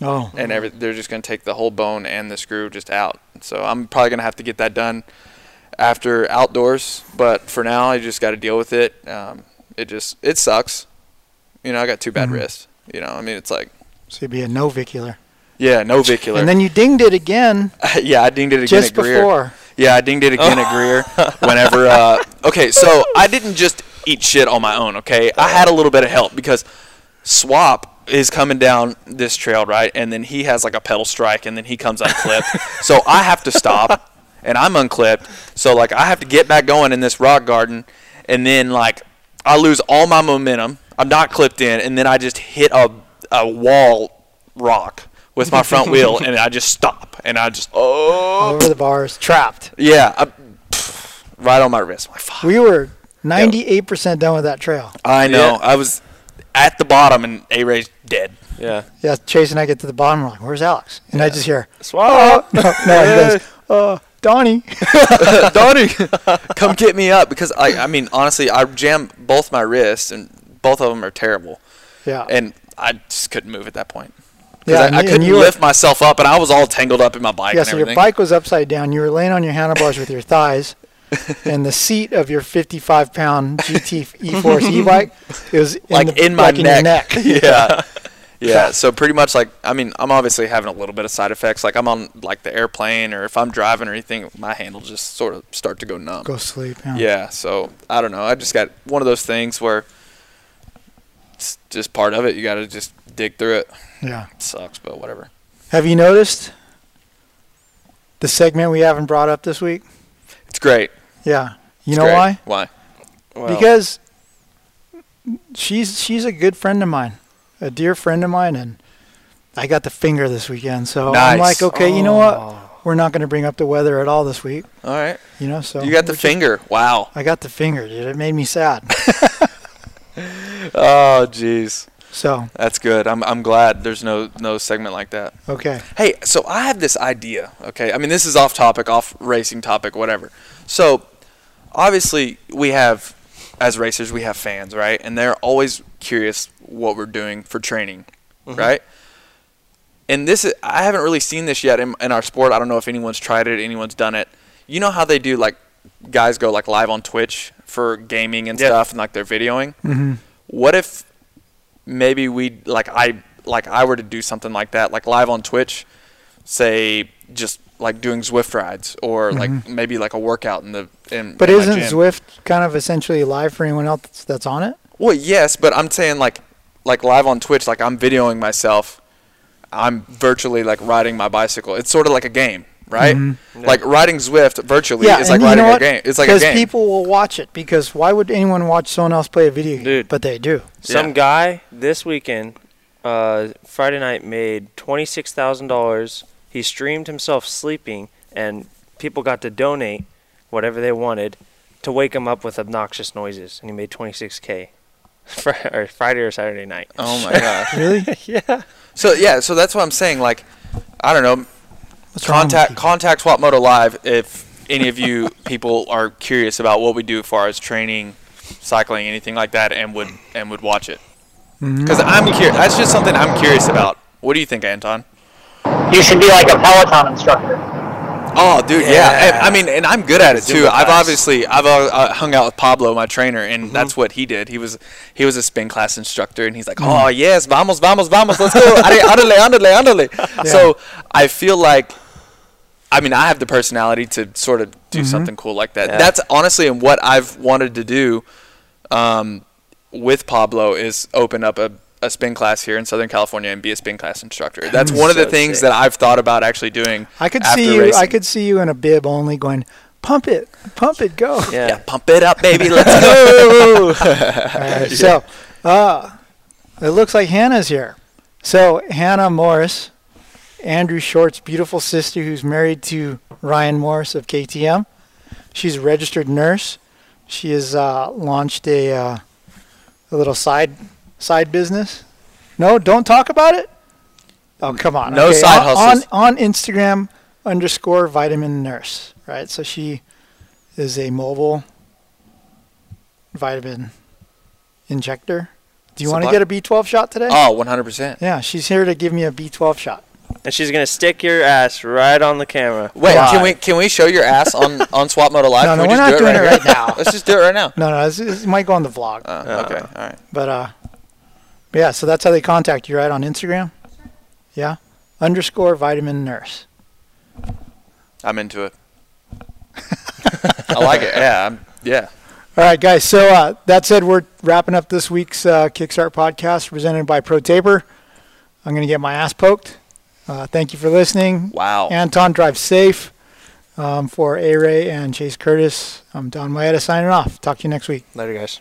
Speaker 1: Oh.
Speaker 2: And every, they're just gonna take the whole bone and the screw just out. So I'm probably gonna have to get that done after outdoors. But for now, I just got to deal with it. Um, it just it sucks. You know, I got two bad
Speaker 1: Mhm.
Speaker 2: wrists. You know, I mean, it's like
Speaker 1: So you'd be a novicular.
Speaker 2: yeah, no vicular.
Speaker 1: And then you dinged it again.
Speaker 2: yeah, I dinged it again
Speaker 1: Just
Speaker 2: at Greer.
Speaker 1: before.
Speaker 2: Yeah, I dinged it again at Greer. Whenever, uh, okay, so I didn't just eat shit on my own. Okay, I had a little bit of help because Swap is coming down this trail right, and then he has like a pedal strike, and then he comes unclipped. so I have to stop, and I'm unclipped. So like I have to get back going in this rock garden, and then like I lose all my momentum. I'm not clipped in, and then I just hit a a wall rock with my front wheel, and I just stop, and I just oh
Speaker 1: Over the bars, trapped.
Speaker 2: yeah, I, pff, right on my wrist. Like, fuck.
Speaker 1: We were 98% done with that trail.
Speaker 2: I know. I was at the bottom, and A Ray's dead.
Speaker 4: Yeah.
Speaker 1: Yeah, Chase and I get to the bottom. We're like, where's Alex? And I just hear,
Speaker 4: Swallow.
Speaker 1: Oh, no, no, he goes, oh, Donnie.
Speaker 2: Donnie, e- come get me up because I, I mean, honestly, I jammed both my wrists, and both of them are terrible.
Speaker 1: Yeah.
Speaker 2: And I just couldn't move at that point. 'Cause
Speaker 1: Yeah,
Speaker 2: I-
Speaker 1: and you-
Speaker 2: I,
Speaker 1: and
Speaker 2: couldn't
Speaker 1: you were-
Speaker 2: lift myself up, and I was all tangled up in my bike.
Speaker 1: yeah,
Speaker 2: and
Speaker 1: so your
Speaker 2: everything.
Speaker 1: bike was upside down. You were laying on your handlebars with your thighs, and the seat of your 55 pound GT E Force E bike is in
Speaker 2: like
Speaker 1: the,
Speaker 2: in my
Speaker 1: like
Speaker 2: neck.
Speaker 1: In your neck.
Speaker 2: yeah. Yeah, so pretty much like I mean, I'm obviously having a little bit of side effects. Like I'm on like the airplane, or if I'm driving or anything, my hand will just sort of start to go numb.
Speaker 1: Go sleep.
Speaker 2: Yeah.
Speaker 1: Yeah.
Speaker 2: so I don't know. I just got one of those things where it's just part of it. You got to just dig through it.
Speaker 1: Yeah.
Speaker 2: It sucks, but whatever.
Speaker 1: Have you noticed the segment we haven't brought up this week?
Speaker 2: It's great.
Speaker 1: Yeah. You
Speaker 2: It's
Speaker 1: know
Speaker 2: great.
Speaker 1: why?
Speaker 2: Why?
Speaker 1: Because she's she's a good friend of mine, a dear friend of mine, and I got the finger this weekend. So I'm
Speaker 2: Nice. Oh.
Speaker 1: like, okay, you know what? We're not going to bring up the weather at all this week.
Speaker 2: All right.
Speaker 1: You know, so
Speaker 2: you got the
Speaker 1: we're just-
Speaker 2: finger. Wow.
Speaker 1: I got the finger, dude. It made me sad.
Speaker 2: Oh, jeez.
Speaker 1: So.
Speaker 2: That's good. I'm I'm glad there's no no segment like that.
Speaker 1: Okay.
Speaker 2: Hey, so I have this idea. Okay, I mean this is off topic, off racing topic, whatever. So obviously we have, as racers, we have fans, right? And they're always curious what we're doing for training,
Speaker 1: Mm-hmm.
Speaker 13: Mhm.
Speaker 2: right? And this is, I haven't really seen this yet in, in our sport. I don't know if anyone's tried it, anyone's done it. You know how they do like guys go like live on Twitch for gaming and stuff, and like they're videoing.
Speaker 1: Mm-hmm.
Speaker 13: Mhm.
Speaker 2: What if maybe we like I like I were to do something like that, like live on Twitch, say just like doing Zwift rides or like
Speaker 1: Mhm.
Speaker 2: maybe like a workout in the in.
Speaker 1: But
Speaker 2: in my
Speaker 1: isn't
Speaker 2: gym.
Speaker 1: Zwift kind of essentially live for anyone else that's on it?
Speaker 2: Well, yes, but I'm saying like like live on Twitch, like I'm videoing myself. I'm virtually like riding my bicycle. It's sort of like a game, right?
Speaker 1: Mhm. Yeah.
Speaker 2: Like riding Zwift virtually is like
Speaker 1: and
Speaker 2: riding a game. It's like a game.
Speaker 1: people will watch it because why would anyone watch someone else play a video game?
Speaker 4: Dude.
Speaker 1: But they do.
Speaker 4: Some guy this weekend, uh, Friday night, made twenty six thousand dollars He streamed himself sleeping, and people got to donate whatever they wanted to wake him up with obnoxious noises, and he made 26k. Fri- or Friday or Saturday night.
Speaker 2: Oh my gosh.
Speaker 4: yeah.
Speaker 2: So yeah, so that's what I'm saying. Like, I don't know.
Speaker 1: wrong with
Speaker 2: contact contact Swap Moto Live if any of you people are curious about what we do as far as training, cycling, anything like that, and would and would watch it. Because I'm curious. That's just something I'm curious about. What do you think, Anton?
Speaker 3: You should be like a Peloton instructor.
Speaker 2: Oh, dude, yeah.
Speaker 3: Yeah.
Speaker 2: And- I mean, and I'm good at it
Speaker 3: Zumba
Speaker 2: too. I've
Speaker 3: class.
Speaker 2: obviously I've uh, uh, hung out with Pablo, my trainer, and
Speaker 1: Mm-hmm.
Speaker 2: that's what he did. He was he was a spin class instructor, and he's like,
Speaker 1: Mm-hmm.
Speaker 3: Mhm.
Speaker 2: "Oh yes, vamos, vamos, vamos, let's go, Are- ándale, ándale, ándale." So I feel like, I mean, I have the personality to sort of do
Speaker 1: Mhm.
Speaker 2: something cool like that.
Speaker 1: Yeah.
Speaker 2: That's honestly and what I've wanted to do um, with Pablo is open up a. A spin class here in Southern California and be a spin class instructor. That's one of the
Speaker 1: Mm-hmm. So
Speaker 2: things
Speaker 1: sick.
Speaker 2: that I've thought about actually doing.
Speaker 1: I could
Speaker 2: after
Speaker 1: see you. I
Speaker 2: racing.
Speaker 1: could see you in a bib only going, pump it, pump it, go.
Speaker 2: Yeah. pump it up, baby. Let's go.
Speaker 1: Alright, So, uh, it looks like Hannah's here. So Hannah Morris, Andrew Short's beautiful sister, who's married to Ryan Morris of KTM. She's a registered nurse. She has uh, launched a uh, a little side side business. No, don't talk about it. Oh, come on.
Speaker 2: No side
Speaker 1: on,
Speaker 2: hustles.
Speaker 1: On, on Instagram underscore vitamin nurse, right? So she is a mobile vitamin injector. Do you want to
Speaker 4: Supply-
Speaker 1: get a B12 shot today?
Speaker 2: Oh, 100%.
Speaker 1: Yeah, she's here to give me a B12 shot.
Speaker 4: And she's gonna stick your ass right on the camera.
Speaker 2: Wait, can we can we show your ass on on Swap Moto Live?
Speaker 1: No,
Speaker 2: Can
Speaker 1: no,
Speaker 2: we
Speaker 1: we're not
Speaker 2: just do
Speaker 1: doing it
Speaker 2: right
Speaker 1: right
Speaker 2: here?
Speaker 1: now.
Speaker 2: Let's just do it right now.
Speaker 1: No, no, this, this might go on the vlog.
Speaker 2: Uh, okay, all right.
Speaker 1: But uh, but yeah, so that's how they contact you, right? On Instagram. Yeah, underscore vitamin nurse.
Speaker 2: I'm into it. I like it. Yeah, I'm, yeah.
Speaker 1: All right, guys. So uh, that said, we're wrapping up this week's uh, Kickstart podcast presented by Pro Taper. I'm going to get my ass poked. Uh, thank you for listening.
Speaker 2: Wow.
Speaker 1: Anton, drive safe. Um, for A Ray and Chase Curtis, I'm Don Maeda signing off. Talk to you next week.
Speaker 4: Later, guys.